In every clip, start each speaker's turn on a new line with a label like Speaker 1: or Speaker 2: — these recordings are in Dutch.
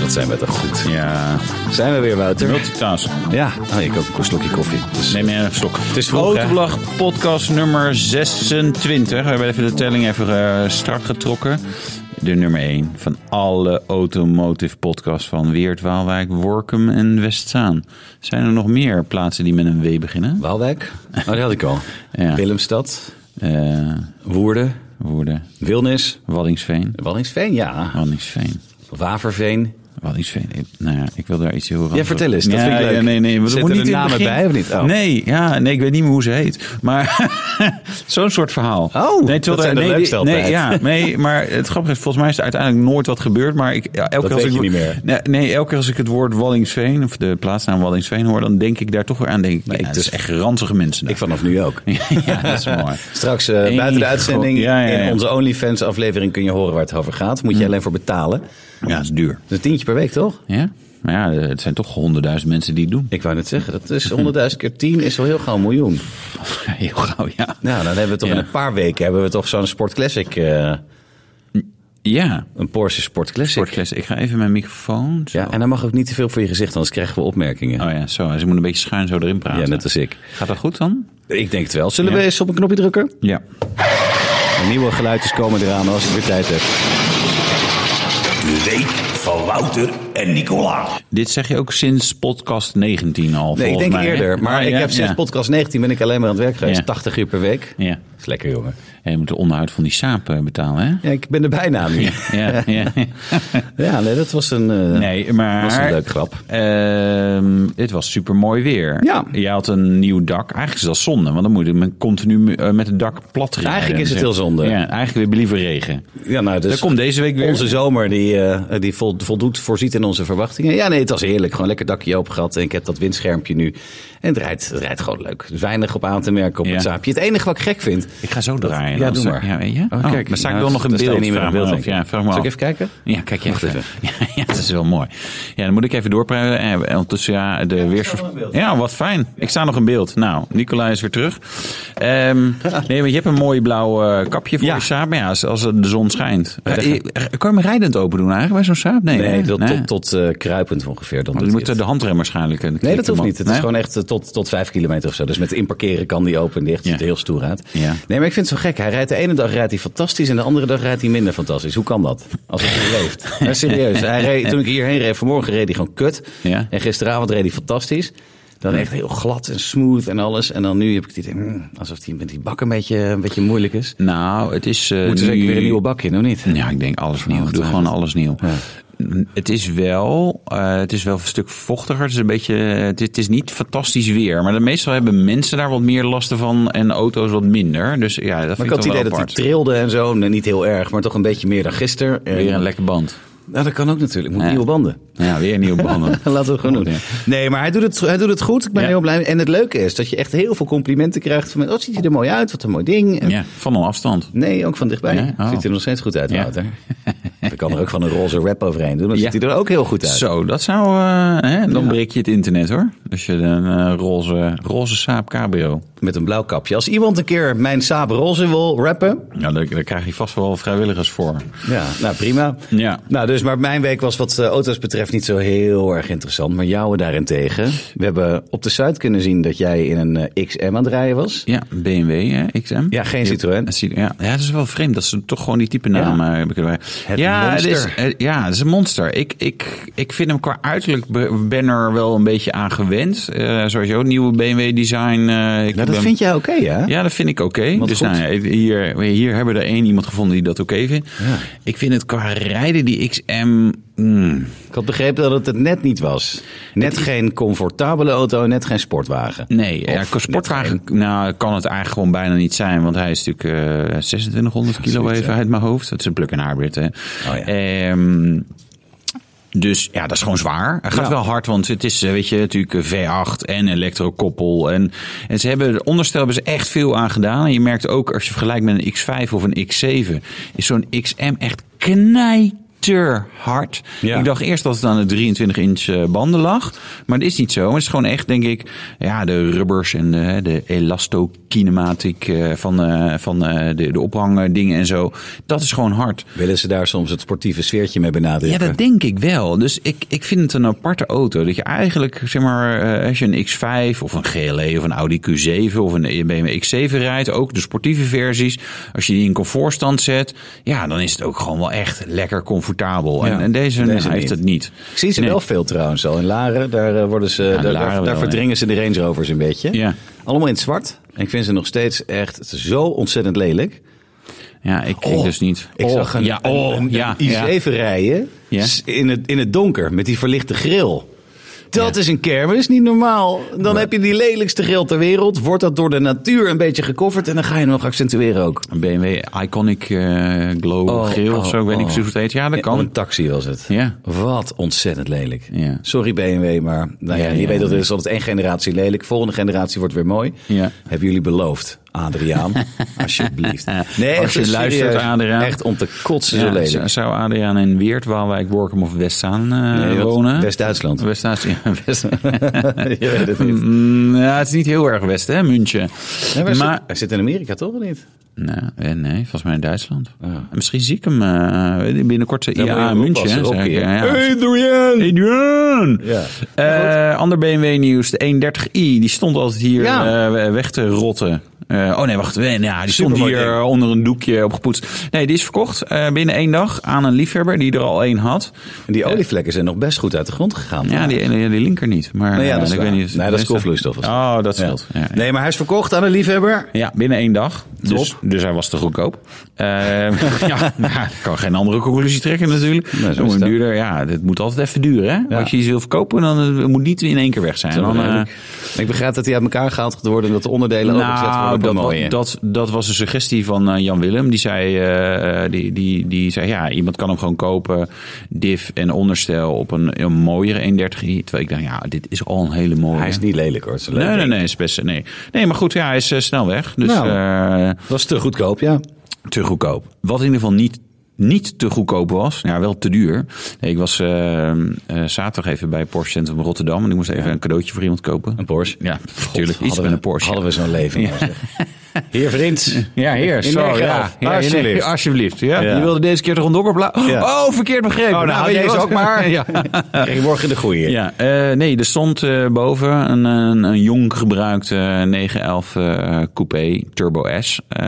Speaker 1: Wat zijn we toch goed. Ja. Zijn we weer, Wouter?
Speaker 2: Multitask.
Speaker 1: Ja. Oh, ik ook een slokje koffie. Dus
Speaker 2: Neem jij een stok. Het
Speaker 1: is vroeg, hè?
Speaker 2: podcast nummer 26. We hebben even de telling even eh, strak getrokken. De nummer 1 van alle automotive podcasts van Weert, Waalwijk, Workum en Westzaan. Zijn er nog meer plaatsen die met een W beginnen?
Speaker 1: Waalwijk? Oh, die had ik al.
Speaker 2: Ja.
Speaker 1: Willemstad,
Speaker 2: Eh
Speaker 1: Woerden,
Speaker 2: woorden.
Speaker 1: Wilnis,
Speaker 2: Waddingsveen.
Speaker 1: Wallingsveen, ja.
Speaker 2: Waddingsveen.
Speaker 1: Waverveen.
Speaker 2: Waddingsveen. Ik- Nou ja, ik wil daar iets heel raar
Speaker 1: Ja, vertel eens, dat vind ik leuk.
Speaker 2: Ja, nee, nee. we
Speaker 1: Zitten
Speaker 2: moeten
Speaker 1: er
Speaker 2: in het
Speaker 1: namen
Speaker 2: begin-
Speaker 1: bij of niet? Oh.
Speaker 2: Nee, ja, nee, ik weet niet meer hoe ze heet. Maar zo'n soort verhaal.
Speaker 1: Oh,
Speaker 2: nee,
Speaker 1: dat zijn de
Speaker 2: nee, die-
Speaker 1: leukste altijd.
Speaker 2: Nee, ja, nee, maar het grappige is, volgens mij is er uiteindelijk nooit wat gebeurd. Maar ik, ja, elke
Speaker 1: Dat
Speaker 2: keer als
Speaker 1: weet
Speaker 2: ik,
Speaker 1: je niet meer.
Speaker 2: Nee, nee, elke keer als ik het woord Wallingsveen, of de plaatsnaam Wallingsveen hoor, dan denk ik daar toch weer aan. Denk ik, ja, het
Speaker 1: dus-
Speaker 2: is echt ranzige mensen. daar.
Speaker 1: Ik vanaf nu ook.
Speaker 2: ja, dat is mooi.
Speaker 1: Straks eh, buiten de
Speaker 2: Eén
Speaker 1: uitzending
Speaker 2: god. Ja, ja, ja.
Speaker 1: in onze OnlyFans aflevering kun je horen waar het over gaat. Moet je alleen voor betalen. Dat
Speaker 2: Ja, dat is duur.
Speaker 1: is een tientje per week, toch?
Speaker 2: Ja? Maar ja, het zijn toch honderdduizend mensen die het doen.
Speaker 1: Ik wou net zeggen, dat is 100.000 keer 10 is wel heel gauw een miljoen.
Speaker 2: Heel gauw, ja.
Speaker 1: Nou, dan hebben we toch
Speaker 2: Ja.
Speaker 1: in een paar weken hebben we toch zo'n Sport Classic, eh,
Speaker 2: Ja.
Speaker 1: een Porsche Sport Classic.
Speaker 2: Sportclass. Ik ga even mijn microfoon. zo.
Speaker 1: Ja, en dan mag ook niet te veel voor je gezicht, anders krijgen we opmerkingen.
Speaker 2: Oh ja, zo. Ze moet een beetje schuin zo erin praten.
Speaker 1: Ah, ja, net als ik.
Speaker 2: Gaat dat goed dan?
Speaker 1: Ik denk het wel. Zullen we eens op een knopje drukken?
Speaker 2: Ja.
Speaker 1: De nieuwe geluidjes komen eraan als ik weer tijd heb.
Speaker 3: De week van Wouter en Nicola.
Speaker 2: Dit zeg je ook sinds podcast 19
Speaker 1: Nee,
Speaker 2: al.
Speaker 1: ik
Speaker 2: volgens
Speaker 1: denk
Speaker 2: mij, hè?
Speaker 1: eerder. Maar
Speaker 2: Ah,
Speaker 1: ik
Speaker 2: ja,
Speaker 1: heb sinds
Speaker 2: ja.
Speaker 1: podcast 19 ben ik alleen maar aan het werk geweest.
Speaker 2: Ja.
Speaker 1: 80 uur per week.
Speaker 2: Ja.
Speaker 1: is lekker, jongen.
Speaker 2: En je moet de onderhoud van die saap eh, betalen, hè?
Speaker 1: Ja, ik ben er bijna nu. Ja,
Speaker 2: Ja, ja.
Speaker 1: nee, dat was een, eh,
Speaker 2: Nee, maar...
Speaker 1: was een leuke grap.
Speaker 2: Ehm, het was super mooi weer.
Speaker 1: Ja.
Speaker 2: Je had een nieuw dak. Eigenlijk is dat zonde, want dan moet je met- continu eh, met het dak plat rijden.
Speaker 1: Eigenlijk is het heel zonde.
Speaker 2: Ja, eigenlijk weer believer regen.
Speaker 1: Ja, nou, dus
Speaker 2: Dat komt deze week weer.
Speaker 1: Onze zomer die, eh, die vol- voldoet, voorziet in onze verwachtingen. Ja, nee, het was heerlijk. Gewoon lekker dakje open gehad. En ik heb dat windschermpje nu. En het rijdt, het rijdt gewoon leuk. Er is weinig op aan te merken op
Speaker 2: Ja.
Speaker 1: het zaapje. Het enige wat ik gek vind.
Speaker 2: Ik ga zo draaien.
Speaker 1: ja,
Speaker 2: anders-
Speaker 1: doe maar.
Speaker 2: Ja, weet je?
Speaker 1: Oh,
Speaker 2: Oh,
Speaker 1: kijk,
Speaker 2: maar sta ik
Speaker 1: nou,
Speaker 2: wel nog in
Speaker 1: dan sta je
Speaker 2: beeld?
Speaker 1: niet meer
Speaker 2: Vraag
Speaker 1: in beeld,
Speaker 2: me af.
Speaker 1: denk ik.
Speaker 2: Ja, vraag me
Speaker 1: Zal ik
Speaker 2: af.
Speaker 1: even kijken?
Speaker 2: Ja, kijk je
Speaker 1: Wacht
Speaker 2: even. Ja, ja, dat is wel mooi. Ja, dan moet ik even doorpraten. En ondertussen, ja, de weersvoors- Ja, wat fijn. Ik sta nog in beeld. Nou, Nicola is weer terug. Ehm, nee, want je hebt een mooi blauw eh, kapje voor
Speaker 1: Ja.
Speaker 2: je saap. Maar ja, als, als de zon schijnt.
Speaker 1: Ja, dat
Speaker 2: Eh, kan je hem rijdend open doen eigenlijk bij zo'n saap? Nee,
Speaker 1: Nee,
Speaker 2: hè?
Speaker 1: tot,
Speaker 2: nee.
Speaker 1: tot, tot eh, kruipend ongeveer. Dan doet
Speaker 2: Want je
Speaker 1: hij
Speaker 2: moet
Speaker 1: het.
Speaker 2: de handrem waarschijnlijk.
Speaker 1: Nee, dat hoeft niet. Het is gewoon echt eh, tot, tot vijf kilometer of zo. Dus met inparkeren kan die open en dicht. Ziet er
Speaker 2: Ja.
Speaker 1: heel stoer uit.
Speaker 2: Ja.
Speaker 1: Nee, maar ik vind het zo gek. Hij rijdt de ene dag rijdt hij fantastisch en de andere dag rijdt hij minder fantastisch. Hoe kan dat? Als het niet leeft. Maar serieus. Hij reed, toen ik hierheen reed, vanmorgen reed hij gewoon kut.
Speaker 2: Ja.
Speaker 1: En gisteravond reed hij fantastisch. Dan echt heel glad en smooth en alles. En dan nu heb ik het idee, hmm, alsof hij met die bak een beetje, een beetje moeilijk is.
Speaker 2: Nou, het is... eh,
Speaker 1: Moeten ze zeker
Speaker 2: nu-
Speaker 1: weer een nieuwe bak in, of niet?
Speaker 2: Ja, ik denk alles nieuw. Doe gewoon alles nieuw. Het is wel, eh, het is wel een stuk vochtiger. Het is een beetje, eh, het is, het is niet fantastisch weer. Maar de- meestal hebben mensen daar wat meer lasten van en auto's wat minder. Dus ja,
Speaker 1: Maar
Speaker 2: dat
Speaker 1: ik
Speaker 2: vind
Speaker 1: had het
Speaker 2: ik toch
Speaker 1: idee
Speaker 2: wel
Speaker 1: dat hij
Speaker 2: apart.
Speaker 1: trilde en zo. Nee, niet heel erg, maar toch een beetje meer dan gisteren.
Speaker 2: Weer een lekker band.
Speaker 1: Nou, dat kan ook natuurlijk. Moet
Speaker 2: Ja.
Speaker 1: nieuwe banden.
Speaker 2: Ja, weer nieuwe banden.
Speaker 1: Laten we het gewoon doen.
Speaker 2: Ja.
Speaker 1: Nee, maar hij doet het, hij doet het goed. Ik ben
Speaker 2: Ja.
Speaker 1: heel blij. En het leuke is dat je echt heel veel complimenten krijgt. Van, oh, ziet hij er mooi uit. Wat een mooi ding. En-
Speaker 2: Ja, van een afstand.
Speaker 1: Nee, ook van dichtbij.
Speaker 2: Ja? Oh.
Speaker 1: Ziet er nog steeds goed uit,
Speaker 2: Ja.
Speaker 1: Wouter. Ik kan er ook van een roze wrap overheen doen. Dan
Speaker 2: Ja.
Speaker 1: ziet hij er ook heel goed uit.
Speaker 2: Zo, dat zou, eh, hè, dan breek je het internet hoor. Dus je een eh, roze, roze saap cabrio.
Speaker 1: Met een blauw kapje. Als iemand een keer mijn saap roze wil rappen.
Speaker 2: Ja, daar, daar krijg je vast wel vrijwilligers voor.
Speaker 1: Ja, nou prima.
Speaker 2: Ja.
Speaker 1: Nou, dus, maar mijn week was wat eh, auto's betreft niet zo heel erg interessant. Maar jouwe daarentegen. We hebben op de site kunnen zien dat jij in een eh, XM aan het rijden was.
Speaker 2: Ja, BMW, hè, XM.
Speaker 1: Ja, geen Citroën.
Speaker 2: Een Citroën, Ja, ja, dat is wel vreemd dat ze toch gewoon die type naam
Speaker 1: Ja.
Speaker 2: eh, hebben kunnen
Speaker 1: Het
Speaker 2: ja,
Speaker 1: monster.
Speaker 2: Het is, eh, ja, het is een monster. Ik, ik, ik vind hem qua uiterlijk be- ben er wel een beetje aan gewend. Eh sowieso, nieuwe BMW design. eh,
Speaker 1: Nou,
Speaker 2: ik
Speaker 1: dat
Speaker 2: ben-
Speaker 1: vind jij oké, hè?
Speaker 2: ja, dat vind ik oké.
Speaker 1: Wat
Speaker 2: Dus
Speaker 1: goed.
Speaker 2: nou, ja, hier, hier hebben we er één iemand gevonden die dat oké vindt. Ik vind het qua rijden die XM... mm,
Speaker 1: Ik had begrepen dat het het net niet was. Net geen comfortabele auto, net geen sportwagen.
Speaker 2: Nee, ja,
Speaker 1: Of
Speaker 2: qua sportwagen nou, kan het eigenlijk gewoon bijna niet zijn. Want hij is natuurlijk eh 2600 kilo
Speaker 1: Zoiets,
Speaker 2: even
Speaker 1: ja. Oh,
Speaker 2: uit mijn hoofd. Dat is een plug-in hybrid. Hè.
Speaker 1: ja.
Speaker 2: Ehm, dus ja, dat is gewoon zwaar. Het gaat
Speaker 1: Ja.
Speaker 2: wel hard, want het is, eh, weet je, natuurlijk eh, V8 en elektrokoppel. En, en ze hebben, het onderstel hebben ze echt veel aan gedaan. En je merkt ook, als je vergelijkt met een X5 of een X7, is zo'n XM echt knijterhard te hard.
Speaker 1: Ja.
Speaker 2: Ik dacht eerst dat het aan de 23 inch eh, banden lag. Maar dat is niet zo. Het is gewoon echt, denk ik, ja, de rubbers en de, de elastokinematiek eh, van, eh, van eh, de, de ophangdingen en zo. Dat is gewoon hard.
Speaker 1: Willen ze daar soms het sportieve sfeertje mee
Speaker 2: Ja,
Speaker 1: benadrukken?
Speaker 2: dat denk ik wel. Dus ik, ik vind het een aparte auto. Dat je eigenlijk, zeg maar, eh, als je een X5 of een GLE of een Audi Q7 of een BMW X7 rijdt, ook de sportieve versies, als je die in comfortstand zet, ja, dan is het ook gewoon wel echt lekker comfortabel.
Speaker 1: Ja,
Speaker 2: en, en deze,
Speaker 1: deze
Speaker 2: heeft
Speaker 1: niet.
Speaker 2: het niet.
Speaker 1: Ik zie ze
Speaker 2: Nee.
Speaker 1: wel veel trouwens al. In Laren, daar, eh, worden ze, daar,
Speaker 2: Laren
Speaker 1: daar-
Speaker 2: wel,
Speaker 1: daar
Speaker 2: ja.
Speaker 1: verdringen ze de Range Rovers een beetje.
Speaker 2: Ja.
Speaker 1: Allemaal in het zwart. En ik vind ze nog steeds echt zo ontzettend lelijk.
Speaker 2: Ja, ik kijk
Speaker 1: Oh,
Speaker 2: dus niet.
Speaker 1: Ik
Speaker 2: Oh,
Speaker 1: zag een,
Speaker 2: ja, oh,
Speaker 1: een- een
Speaker 2: ja, ja.
Speaker 1: i7 rijden
Speaker 2: Ja.
Speaker 1: s- in, het, in het donker met die verlichte grill. Dat is een kermis, niet normaal. Dan heb je die lelijkste grill ter wereld. Wordt dat door de natuur een beetje gecoverd en dan ga je hem nog accentueren ook.
Speaker 2: Een BMW Iconic eh, Glow
Speaker 1: Oh,
Speaker 2: geel of
Speaker 1: oh,
Speaker 2: zo, ik weet niet
Speaker 1: oh.
Speaker 2: precies hoe het heet. Ja, dat
Speaker 1: Kan.
Speaker 2: kan.
Speaker 1: Een taxi was het.
Speaker 2: Ja.
Speaker 1: Wat ontzettend lelijk.
Speaker 2: Ja.
Speaker 1: Sorry BMW, maar nou ja,
Speaker 2: Ja,
Speaker 1: je
Speaker 2: ja,
Speaker 1: weet dat er
Speaker 2: nee.
Speaker 1: is altijd één generatie lelijk. Volgende generatie wordt weer mooi.
Speaker 2: Ja.
Speaker 1: Hebben jullie beloofd, Adriaan? Alsjeblieft. Nee,
Speaker 2: Als je
Speaker 1: echt
Speaker 2: luistert,
Speaker 1: serieus.
Speaker 2: Adriaan.
Speaker 1: Echt om te kotsen zo
Speaker 2: Ja,
Speaker 1: lelijk.
Speaker 2: zou- zou Adriaan in Weert, Waalwijk, Workum of Westzaan eh
Speaker 1: Nee, wat-
Speaker 2: wonen?
Speaker 1: West-Duitsland.
Speaker 2: West-Duits- ja, West-
Speaker 1: je weet het niet.
Speaker 2: Mm, ja, het is niet heel erg West, hè, München.
Speaker 1: Nee, maar hij,
Speaker 2: maar,
Speaker 1: zit, hij zit in Amerika toch of niet?
Speaker 2: nou, eh, nee, volgens mij in Duitsland. Misschien zie ik hem eh, binnenkort eh,
Speaker 1: Dan moet je
Speaker 2: IA in
Speaker 1: hem
Speaker 2: München. hè,
Speaker 1: oppassen,
Speaker 2: zeg ik.
Speaker 1: Rocky,
Speaker 2: Ja,
Speaker 1: hè?
Speaker 2: ja.
Speaker 1: Adriaan!
Speaker 2: Adriaan!
Speaker 1: Ja.
Speaker 2: Eh, ander BMW nieuws, de 130i, die stond altijd hier
Speaker 1: Ja.
Speaker 2: eh, weg te rotten. Eh, oh nee, wacht. nee, nou, die stond
Speaker 1: Supermooi
Speaker 2: hier
Speaker 1: ding.
Speaker 2: onder een doekje opgepoetst. Nee, die is verkocht eh, binnen één dag aan een liefhebber die er al één had.
Speaker 1: En die olievlekken zijn nog best goed uit de grond gegaan.
Speaker 2: Ja, die, die, die linker niet. Maar
Speaker 1: Nou ja, dat is
Speaker 2: eh, ik
Speaker 1: waar.
Speaker 2: weet niet.
Speaker 1: Nee, dat is koolvloeistof.
Speaker 2: Oh, dat scheelt. Ja.
Speaker 1: Ja.
Speaker 2: Ja,
Speaker 1: Nee, maar hij is verkocht aan een liefhebber.
Speaker 2: Ja, binnen één dag. Dus,
Speaker 1: Top.
Speaker 2: dus hij was te goedkoop. Eh, ja, nou, ik kan geen andere conclusie trekken natuurlijk.
Speaker 1: zo is
Speaker 2: Zo
Speaker 1: het.
Speaker 2: duurder, ja, het moet altijd even duren. Hè?
Speaker 1: Ja.
Speaker 2: Als je iets wil verkopen, dan eh, het moet niet in één keer weg zijn. Dan, eh,
Speaker 1: ik begrijp dat hij uit elkaar gehaald gaat worden en dat de onderdelen opgezet worden
Speaker 2: nou,
Speaker 1: op een
Speaker 2: dat,
Speaker 1: mooie.
Speaker 2: wa- dat, dat was een suggestie van eh, Jan Willem. Die zei, eh, eh, die, die, die zei, ja, iemand kan hem gewoon kopen, div en onderstel op een, een mooiere 130i. Terwijl ik dacht, ja, dit is al een hele mooie.
Speaker 1: hij is niet lelijk hoor. Het is een leuk
Speaker 2: Nee, nee,
Speaker 1: ding.
Speaker 2: nee, is best, nee. Nee, maar goed, ja, hij is eh, snel weg. Dus
Speaker 1: Nou.
Speaker 2: eh,
Speaker 1: Het was te goedkoop, ja.
Speaker 2: te goedkoop. Wat in ieder geval niet, niet te goedkoop was, ja, wel te duur. Nee, ik was eh, eh, zaterdag even bij Porsche Centrum Rotterdam en ik moest even een cadeautje voor iemand kopen.
Speaker 1: Een Porsche.
Speaker 2: Ja, natuurlijk.
Speaker 1: hadden
Speaker 2: Iets met
Speaker 1: we-
Speaker 2: een Porsche.
Speaker 1: Hadden we zo'n leven. nou, zeg. Heer vriend.
Speaker 2: Ja,
Speaker 1: In
Speaker 2: hier, zo,
Speaker 1: Nijkerhof.
Speaker 2: ja. Ja, in
Speaker 1: Alsjeblieft.
Speaker 2: Nijkerhof, alsjeblieft. Ja.
Speaker 1: Ja.
Speaker 2: Je wilde deze keer toch een donker blauw?
Speaker 1: Ja.
Speaker 2: Oh, verkeerd begrepen.
Speaker 1: Oh, nou, haal
Speaker 2: weet je
Speaker 1: deze
Speaker 2: wat?
Speaker 1: ook maar.
Speaker 2: ja.
Speaker 1: Krijg je morgen de goeie.
Speaker 2: Ja, eh, nee, er stond eh, boven een, een, een jong gebruikte 911 eh, coupé Turbo S eh,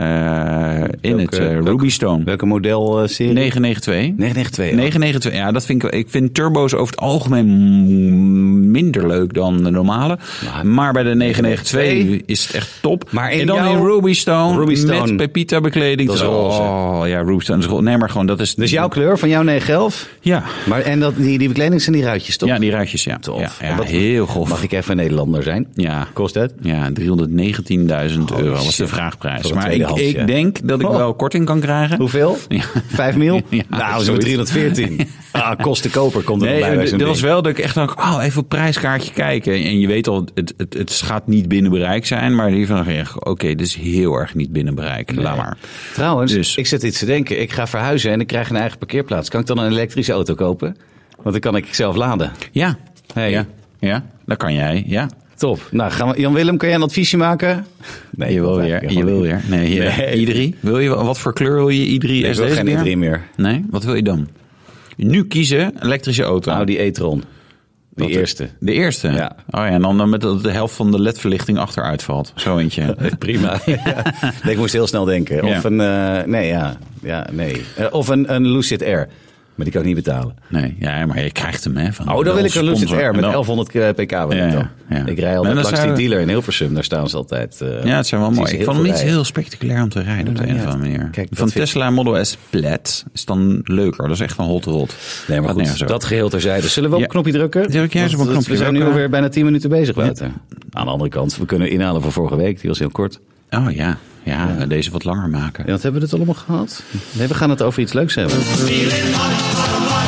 Speaker 2: in
Speaker 1: Welke-
Speaker 2: het eh,
Speaker 1: welke-
Speaker 2: Ruby Stone.
Speaker 1: Welke modelserie?
Speaker 2: 992.
Speaker 1: 992. ja.
Speaker 2: 992, ja, dat vind ik, ik vind turbo's over het algemeen m- minder leuk dan de normale.
Speaker 1: Maar-
Speaker 2: Maar bij de 992 is het echt top.
Speaker 1: Maar in
Speaker 2: en dan
Speaker 1: jouw-
Speaker 2: in Ruby Stone,
Speaker 1: Ruby Stone.
Speaker 2: met Pepita bekleding.
Speaker 1: Dat is roze.
Speaker 2: oh, ja, Ruby Stone is roze. Nee, maar gewoon, dat is...
Speaker 1: Dus jouw kleur van jouw 911?
Speaker 2: Ja,
Speaker 1: Maar, en dat, die, die bekleding zijn die ruitjes, toch?
Speaker 2: ja die ruitjes, ja.
Speaker 1: Tof.
Speaker 2: Ja, ja,
Speaker 1: En wat-
Speaker 2: heel grof.
Speaker 1: Mag ik even een Nederlander zijn?
Speaker 2: Ja.
Speaker 1: Kost het?
Speaker 2: Ja, 319.000 euro was de
Speaker 1: Oh, shit.
Speaker 2: vraagprijs.
Speaker 1: Voor een
Speaker 2: Maar ik,
Speaker 1: tweedehands, ja.
Speaker 2: ik denk dat ik
Speaker 1: Oh.
Speaker 2: wel korting kan krijgen.
Speaker 1: Hoeveel? Vijf mil?
Speaker 2: Ja,
Speaker 1: nou, zo
Speaker 2: zoiets.
Speaker 1: 314. ah, kost de koper komt er nog bij.
Speaker 2: Nee,
Speaker 1: bij
Speaker 2: d-
Speaker 1: zo'n
Speaker 2: dat was
Speaker 1: ding.
Speaker 2: wel dat ik echt dacht, oh, even op prijskaartje kijken. En je weet al, het, het, het gaat niet binnen bereik zijn. Maar hiervan dacht ik echt, oké, dit is heel erg niet binnen bereik. Laat maar.
Speaker 1: Trouwens,
Speaker 2: Dus.
Speaker 1: ik zit iets te denken. Ik ga verhuizen en ik krijg een eigen parkeerplaats. Kan ik dan een elektrische auto kopen? Want dan kan ik zelf laden.
Speaker 2: Ja.
Speaker 1: Hey.
Speaker 2: Ja. ja, dat kan jij. Ja.
Speaker 1: Top. Nou, gaan we, Jan-Willem, kan jij een adviesje maken? Nee,
Speaker 2: je wil weer. Je wil weer. Nee, ja.
Speaker 1: Nee.
Speaker 2: i3. Wil je, wel- wat voor kleur wil je i3?
Speaker 1: Ik
Speaker 2: is
Speaker 1: wil
Speaker 2: deze
Speaker 1: geen
Speaker 2: keer?
Speaker 1: i3 meer.
Speaker 2: Nee, wat wil je dan? Nu kiezen, elektrische auto.
Speaker 1: Audi Nou, e-tron. De Oh, eerste.
Speaker 2: De eerste?
Speaker 1: Ja.
Speaker 2: Oh ja, en dan met dat de helft van de ledverlichting achteruit valt. Zo eentje.
Speaker 1: Prima. Ja. Nee, ik moest heel snel denken. Of
Speaker 2: Ja.
Speaker 1: een, eh, nee, ja. ja nee. Eh, of een, een Lucid Air. Maar die kan ik niet betalen.
Speaker 2: Nee, ja, maar je krijgt hem, hè. Van
Speaker 1: Oh, dan wil ik een Lucid
Speaker 2: Oh, sponsor.
Speaker 1: Air met
Speaker 2: En dan-
Speaker 1: 1100 eh, pk. ben
Speaker 2: Ja,
Speaker 1: ik dan.
Speaker 2: ja,
Speaker 1: Ik rij
Speaker 2: ja.
Speaker 1: altijd
Speaker 2: Nee, dat
Speaker 1: langs die
Speaker 2: zijn-
Speaker 1: dealer in Hilversum. Daar staan ze altijd. eh,
Speaker 2: Ja, het zijn wel
Speaker 1: zie
Speaker 2: mooi.
Speaker 1: ze
Speaker 2: Ik vond hem
Speaker 1: veel
Speaker 2: niet
Speaker 1: rijden.
Speaker 2: heel spectaculair om te rijden op de
Speaker 1: Ja,
Speaker 2: een of
Speaker 1: ja.
Speaker 2: andere manier.
Speaker 1: Kijk, dat
Speaker 2: Van
Speaker 1: vind ik-
Speaker 2: Tesla Model S Plat is dan leuker. Dat is echt een hot rod.
Speaker 1: Nee, maar goed, dat geheel terzijde. Zullen we op
Speaker 2: Ja.
Speaker 1: een knopje drukken?
Speaker 2: Druk jij eens op een
Speaker 1: Want
Speaker 2: knopje.
Speaker 1: We zijn nu
Speaker 2: Welke-
Speaker 1: alweer bijna 10 minuten bezig buiten. Aan de andere kant, we kunnen inhalen van vorige week. Die was heel kort.
Speaker 2: Oh ja. ja, deze wat langer maken.
Speaker 1: Ja, wat hebben we het allemaal gehad? Nee, we gaan het over iets leuks hebben.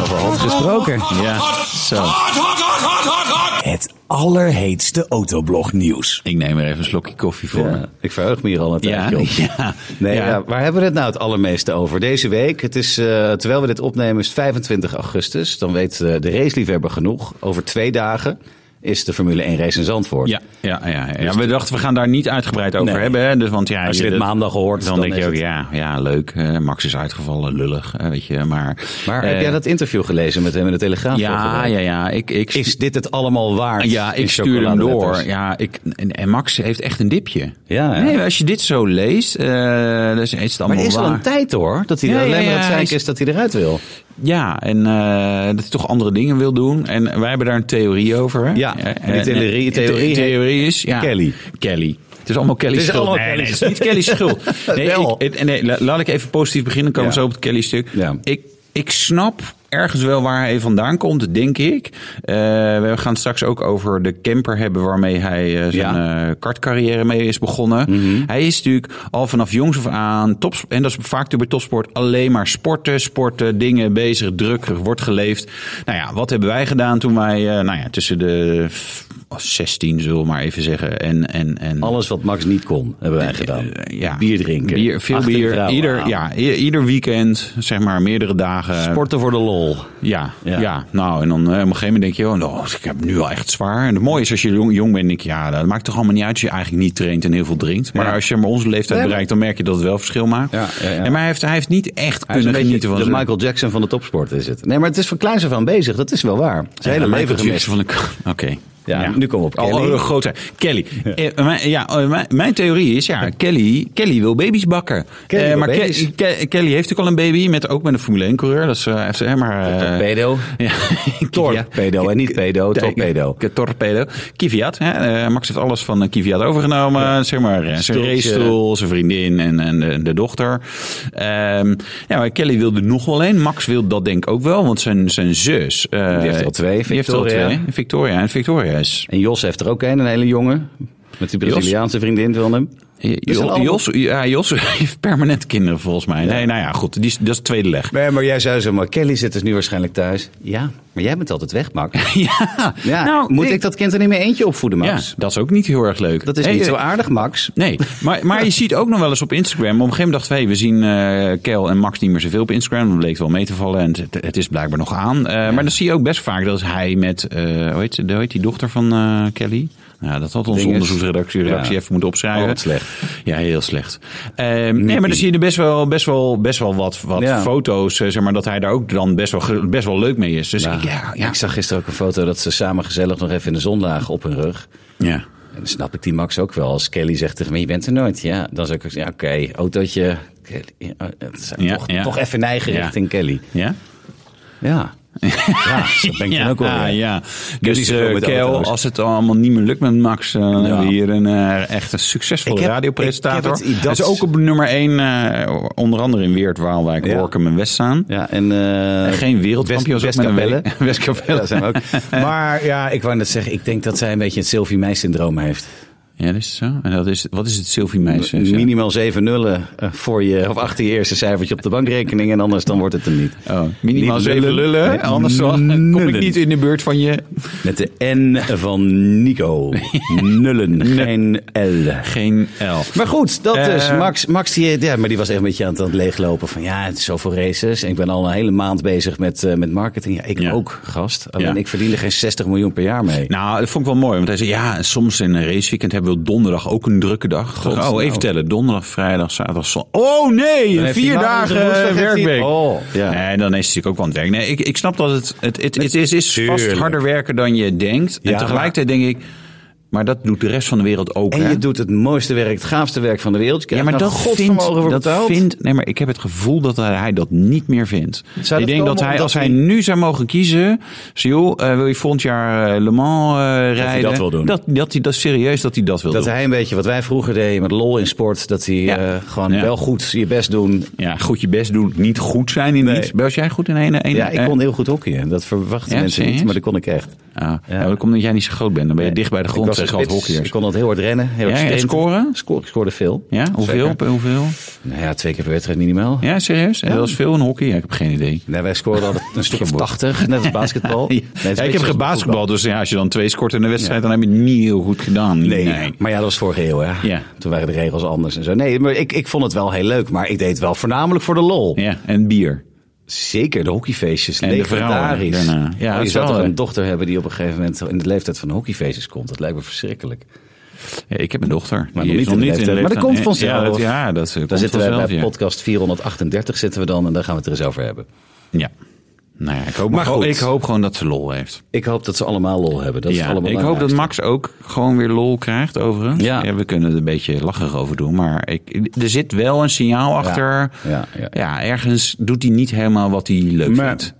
Speaker 1: Over hand gesproken.
Speaker 2: Ja, zo.
Speaker 3: Hot, hot, hot, hot, hot, hot. Het allerheetste autoblognieuws.
Speaker 2: Ik neem er even een slokje koffie voor.
Speaker 1: Ja, ik verheug me hier al een
Speaker 2: Ja,
Speaker 1: tijdje op.
Speaker 2: ja.
Speaker 1: Nee,
Speaker 2: Ja.
Speaker 1: ja, waar hebben we het nou het allermeeste over? Deze week, het is, eh, terwijl we dit opnemen, is het 25 augustus. Dan weet eh, de raceliefhebber genoeg. Over twee dagen is de Formule 1 race in Zandvoort.
Speaker 2: Ja, ja, ja, ja. ja. We dachten, we gaan daar niet uitgebreid over
Speaker 1: Nee.
Speaker 2: hebben. Hè? Dus, want, ja,
Speaker 1: Als je dit
Speaker 2: dat-
Speaker 1: maandag hoort,
Speaker 2: dan,
Speaker 1: dan
Speaker 2: denk je
Speaker 1: is
Speaker 2: ook,
Speaker 1: het-
Speaker 2: ja, ja, leuk. eh, Max is uitgevallen, lullig, eh, weet je. Maar,
Speaker 1: Maar
Speaker 2: eh,
Speaker 1: heb jij dat interview gelezen met hem in de Telegraaf? vorige
Speaker 2: Ja,
Speaker 1: week?
Speaker 2: ja, ja. Ik, ik,
Speaker 1: Is dit het allemaal waard?
Speaker 2: ja,
Speaker 1: in
Speaker 2: ik stuur hem door.
Speaker 1: chocoladeletters?
Speaker 2: Ja, ik, en, en Max heeft echt een dipje.
Speaker 1: Ja, hè?
Speaker 2: nee, maar als je dit zo leest, eh dan is het allemaal
Speaker 1: Maar er is
Speaker 2: waar.
Speaker 1: al een tijd hoor, dat hij
Speaker 2: Ja,
Speaker 1: er alleen
Speaker 2: ja,
Speaker 1: maar aan
Speaker 2: ja,
Speaker 1: het
Speaker 2: hij
Speaker 1: zeiken
Speaker 2: is-
Speaker 1: is dat hij eruit wil.
Speaker 2: Ja, en eh, dat hij toch andere dingen wil doen. En wij hebben daar een theorie over. Hè?
Speaker 1: Ja,
Speaker 2: Eh,
Speaker 1: en die
Speaker 2: eh,
Speaker 1: theorie-
Speaker 2: de
Speaker 1: theorie
Speaker 2: theorie is ja,
Speaker 1: Kelly.
Speaker 2: Kelly. Het is allemaal Kelly's
Speaker 1: Het is
Speaker 2: schuld.
Speaker 1: allemaal
Speaker 2: nee, nee,
Speaker 1: Kelly's-
Speaker 2: het is niet Kelly's schuld. Nee,
Speaker 1: Wel.
Speaker 2: ik- het- nee, la- laat ik even positief beginnen. Dan komen
Speaker 1: Ja.
Speaker 2: we zo op het Kelly stuk.
Speaker 1: Ja.
Speaker 2: Ik, ik snap ergens wel waar hij vandaan komt, denk ik. Eh, we gaan het straks ook over de camper hebben waarmee hij eh, zijn
Speaker 1: Ja.
Speaker 2: eh, kartcarrière mee is begonnen.
Speaker 1: Mhm.
Speaker 2: Hij is natuurlijk al vanaf jongs af aan, top, en dat is vaak natuurlijk bij topsport, alleen maar sporten, sporten, dingen bezig, druk, wordt geleefd. Nou ja, wat hebben wij gedaan toen wij, eh, nou ja, tussen de f- 16, zullen we maar even zeggen, en... en, en
Speaker 1: Alles wat Max niet kon, hebben wij gedaan.
Speaker 2: eh, ja.
Speaker 1: Bier drinken.
Speaker 2: Bier, veel
Speaker 1: achter
Speaker 2: bier.
Speaker 1: vrouwen
Speaker 2: Ieder,
Speaker 1: aan.
Speaker 2: ja, i- ieder weekend, zeg maar, meerdere dagen.
Speaker 1: Sporten voor de lol.
Speaker 2: Ja,
Speaker 1: Ja.
Speaker 2: ja. nou, en dan eh, op een gegeven moment denk je, oh, nou, ik heb het nu al echt zwaar. En het mooie is, als je jong, jong bent, denk je, ja, dat maakt toch allemaal niet uit als je eigenlijk niet traint en heel veel drinkt. Maar
Speaker 1: Ja.
Speaker 2: als je maar onze leeftijd
Speaker 1: Nee, maar-
Speaker 2: bereikt, dan merk je dat het wel verschil maakt.
Speaker 1: Ja, ja, ja.
Speaker 2: En maar hij heeft, hij heeft niet echt
Speaker 1: Hij is een
Speaker 2: kunnen
Speaker 1: beetje
Speaker 2: genieten van
Speaker 1: de
Speaker 2: zijn-
Speaker 1: Michael Jackson van de topsport is het. Nee, maar het is van kleins af aan bezig, dat is wel waar. Zijn
Speaker 2: Ja,
Speaker 1: hele
Speaker 2: Michael
Speaker 1: leven gemist.
Speaker 2: Jackson van de... Oké.
Speaker 1: Ja, nu komen we op
Speaker 2: Al,
Speaker 1: Kelly.
Speaker 2: al groot zijn. Kelly. Eh, mijn, ja, eh, mijn, mijn theorie is, ja, Kelly, Kelly wil baby's bakken.
Speaker 1: Kelly
Speaker 2: Eh,
Speaker 1: wil
Speaker 2: maar Ke-
Speaker 1: baby's.
Speaker 2: Ke- Kelly heeft ook al een baby, met, ook met een Formule 1-coureur. Dat is eh, FC, hè, maar... eh,
Speaker 1: Torpedo.
Speaker 2: Ja.
Speaker 1: Torpedo, en niet pedo,
Speaker 2: Ja,
Speaker 1: torpedo.
Speaker 2: K- Torpedo. Kiviat. Hè? eh, Max heeft alles van eh, Kiviat overgenomen. Zeg maar, eh, zijn
Speaker 1: Stoeltje.
Speaker 2: racestoel, zijn vriendin en, en de, de dochter. Ehm, ja, maar Kelly wilde nog wel een. Max wil dat denk ik ook wel, want zijn, zijn zus... eh,
Speaker 1: Die heeft er al twee,
Speaker 2: die heeft er al
Speaker 1: Victoria.
Speaker 2: twee. Victoria. En Victoria is...
Speaker 1: En Jos heeft er ook een, een hele jongen. Met die Braziliaanse vriendin van hem.
Speaker 2: Jo-
Speaker 1: zijn allemaal-
Speaker 2: Jos, ja, Jos heeft permanent kinderen volgens mij. Nee, nou ja, goed. Die, is- dat is het tweede leg.
Speaker 1: Nee, maar jij zei zo, maar Kelly zit dus nu waarschijnlijk thuis. Ja, maar jij bent altijd weg, Max.
Speaker 2: ja,
Speaker 1: Ja,
Speaker 2: nou,
Speaker 1: moet
Speaker 2: nee.
Speaker 1: ik dat kind er niet meer eentje opvoeden,
Speaker 2: Ja,
Speaker 1: Max?
Speaker 2: dat is ook niet heel erg leuk.
Speaker 1: Dat is
Speaker 2: Hey,
Speaker 1: niet
Speaker 2: eh,
Speaker 1: zo aardig, Max.
Speaker 2: Nee, maar, maar je ziet ook nog wel eens op Instagram. Op een gegeven moment dachten we, hey, we zien eh Kel en Max niet meer zoveel op Instagram. Dat bleek wel mee te vallen en het, het is blijkbaar nog aan. Eh, Maar dan zie je ook best vaak dat hij met, eh, hoe, heet, hoe heet die dochter van eh, Kelly? Nou, dat had onze
Speaker 1: Dinges.
Speaker 2: onderzoeksredactie redactie
Speaker 1: Ja.
Speaker 2: even moeten
Speaker 1: Oh,
Speaker 2: opschrijven.
Speaker 1: wat slecht.
Speaker 2: Ja, heel slecht. Ehm, nee, maar dan zie je er best wel, best wel, best wel wat, wat
Speaker 1: Ja.
Speaker 2: foto's, eh, zeg maar, dat hij daar ook dan best wel, ge- best wel leuk mee is. Dus ik- ja, ja.
Speaker 1: Ik zag gisteren ook een foto dat ze samen gezellig nog even in de zon lagen op hun rug.
Speaker 2: ja.
Speaker 1: En dan snap ik die Max ook wel. Als Kelly zegt tegen me, je bent er nooit. Ja, dan zou ik ook zeggen, ja, oké, autootje. Kelly, ja, het zijn
Speaker 2: Ja,
Speaker 1: toch,
Speaker 2: ja.
Speaker 1: toch even neigen
Speaker 2: Ja.
Speaker 1: richting Kelly.
Speaker 2: Ja?
Speaker 1: Ja. ja, dat ben ik dan ook wel.
Speaker 2: ah,
Speaker 1: weer.
Speaker 2: ja.
Speaker 1: niet
Speaker 2: Dus
Speaker 1: zoveel
Speaker 2: eh,
Speaker 1: met
Speaker 2: Kel,
Speaker 1: auto's.
Speaker 2: als het allemaal niet meer lukt met Max, eh, dan hebben we hier een eh, echt een
Speaker 1: Ik
Speaker 2: succesvolle
Speaker 1: heb-
Speaker 2: radiopresentator.
Speaker 1: ik heb het-
Speaker 2: Hij is
Speaker 1: dat-
Speaker 2: ook op nummer 1, onder andere in Weert, Waalwijk,
Speaker 1: Ja.
Speaker 2: Workum en Westzaan.
Speaker 1: Ja, en, eh,
Speaker 2: En geen wereldkampioen,
Speaker 1: West-
Speaker 2: zoals met een
Speaker 1: Westkapelle.
Speaker 2: W. Westkapelle.
Speaker 1: Ja, dat zijn we ook. Maar ja, ik wou net zeggen, ik denk dat zij een beetje het Sylvie Meis-syndroom heeft.
Speaker 2: Ja, dat is zo. En dat is, wat is het Sylvie eh, Meisje?
Speaker 1: Minimaal zeven nullen eh, voor je, of achter je eerste cijfertje op de bankrekening en anders dan wordt het hem niet.
Speaker 2: Oh, minimaal
Speaker 1: Niet
Speaker 2: zeven lullen,
Speaker 1: Nee,
Speaker 2: anders dan kom ik
Speaker 1: nullen.
Speaker 2: niet in de buurt van je.
Speaker 1: Met de N van Nico. Nullen, geen L.
Speaker 2: Geen L.
Speaker 1: Maar goed, dat
Speaker 2: Eh,
Speaker 1: dus. Max, Max die, ja, maar die was echt een beetje aan het, aan het leeglopen. Van ja, het is zoveel races. En ik ben al een hele maand bezig met, eh, met marketing. Ja, ik
Speaker 2: Ja.
Speaker 1: ook, gast. Alleen
Speaker 2: Ja.
Speaker 1: ik verdien er geen 60 miljoen per jaar mee.
Speaker 2: Nou, dat vond ik wel mooi. Want hij zei, ja, soms in een raceweekend hebben we op donderdag ook een drukke dag. oh,
Speaker 1: nou.
Speaker 2: even tellen. Donderdag, vrijdag, zaterdag, zondag. Oh nee,
Speaker 1: Dan heeft
Speaker 2: vier
Speaker 1: hij maandag en
Speaker 2: dagen
Speaker 1: woensdag heeft hij-
Speaker 2: werkweek.
Speaker 1: Oh, ja.
Speaker 2: Nee, dan is hij natuurlijk ook wel aan het werk. Nee, ik, ik snap dat het, het, het, het is, is vast
Speaker 1: Tuurlijk.
Speaker 2: harder werken dan je denkt.
Speaker 1: Ja,
Speaker 2: en tegelijkertijd denk ik, maar dat doet de rest van de wereld ook.
Speaker 1: En
Speaker 2: hè?
Speaker 1: je doet het mooiste werk, het gaafste werk van de wereld. Je
Speaker 2: ja,
Speaker 1: krijgt
Speaker 2: maar
Speaker 1: nou
Speaker 2: dat
Speaker 1: godvermogen
Speaker 2: vindt,
Speaker 1: voor
Speaker 2: dat
Speaker 1: betaald.
Speaker 2: vindt... Nee, maar ik heb het gevoel dat hij dat niet meer vindt.
Speaker 1: dat
Speaker 2: ik denk
Speaker 1: komen
Speaker 2: dat hij,
Speaker 1: omdat
Speaker 2: als hij
Speaker 1: hij-
Speaker 2: nu zou mogen kiezen... Zo, joh, eh, wil je volgend jaar eh, Le Mans eh, rijden?
Speaker 1: dat wil doen.
Speaker 2: Dat, dat hij dat serieus dat hij dat wil
Speaker 1: Dat
Speaker 2: doen.
Speaker 1: hij een beetje wat wij vroeger deden met lol in sport. Dat hij eh, gewoon
Speaker 2: Ja.
Speaker 1: wel goed je best doen.
Speaker 2: Ja, goed je best doen. Niet goed zijn in iets. Was jij goed in ene? ene
Speaker 1: Ja, ik
Speaker 2: eh,
Speaker 1: kon heel goed hockeyen. Dat verwachten
Speaker 2: Ja,
Speaker 1: mensen
Speaker 2: serieus?
Speaker 1: niet, maar dat kon ik echt.
Speaker 2: nou, ah, ja, maar dat komt omdat jij niet zo groot bent. Dan ben je dicht bij de grond.
Speaker 1: Ik was een
Speaker 2: tegen wat
Speaker 1: spits.
Speaker 2: hockeyers.
Speaker 1: Ik kon dat heel hard rennen. Heel hard
Speaker 2: Ja, en
Speaker 1: sprinten.
Speaker 2: scoren?
Speaker 1: Scoor- ik scoorde veel.
Speaker 2: Ja, hoeveel?
Speaker 1: Zeker.
Speaker 2: per- hoeveel?
Speaker 1: Nou ja, twee keer per wedstrijd minimaal.
Speaker 2: Ja, serieus? En Dat is veel in hockey? Ja, ik heb geen idee.
Speaker 1: Nee, wij scoorden altijd een stuk of 80, net als basketbal. Nee, het is een
Speaker 2: Ja, ik
Speaker 1: beetje
Speaker 2: heb
Speaker 1: als
Speaker 2: gebasketbal,
Speaker 1: voetbal.
Speaker 2: dus ja, als je dan twee scoort in de wedstrijd, dan heb je het niet heel goed gedaan.
Speaker 1: Nee, maar ja, dat was vorige eeuw, hè?
Speaker 2: Ja.
Speaker 1: Toen waren de regels anders en zo. Nee, maar ik, ik vond het wel heel leuk, maar ik deed het wel voornamelijk voor de lol.
Speaker 2: Ja, en bier.
Speaker 1: Zeker, de hockeyfeestjes,
Speaker 2: En de
Speaker 1: legendarisch.
Speaker 2: vrouwen daarna. Ja,
Speaker 1: Ja,
Speaker 2: dat
Speaker 1: je
Speaker 2: is
Speaker 1: zou
Speaker 2: wel,
Speaker 1: toch
Speaker 2: hè?
Speaker 1: een dochter hebben die op een gegeven moment in de leeftijd van de hockeyfeestjes komt. Dat lijkt me verschrikkelijk.
Speaker 2: Ja, ik heb een dochter.
Speaker 1: nog niet in de leeftijd.
Speaker 2: de
Speaker 1: Maar dat komt vanzelf.
Speaker 2: Ja, dat, ja, dat eh, komt
Speaker 1: Daar zitten
Speaker 2: vanzelf,
Speaker 1: we bij
Speaker 2: ja.
Speaker 1: podcast 438 zitten we dan en daar gaan we het er eens over hebben.
Speaker 2: Ja. Nou ja, ik hoop,
Speaker 1: Maar
Speaker 2: gewoon-
Speaker 1: goed.
Speaker 2: ik hoop gewoon dat ze lol heeft.
Speaker 1: Ik hoop dat ze allemaal lol hebben. Dat is
Speaker 2: Ja,
Speaker 1: het
Speaker 2: ik hoop dat
Speaker 1: allerbelangrijkste.
Speaker 2: Max ook gewoon weer lol krijgt, overigens.
Speaker 1: Ja.
Speaker 2: we kunnen er een beetje lachig over doen. Maar ik, er zit wel een signaal achter.
Speaker 1: ja, ja.
Speaker 2: ergens doet hij niet helemaal wat hij leuk
Speaker 1: Maar-
Speaker 2: vindt.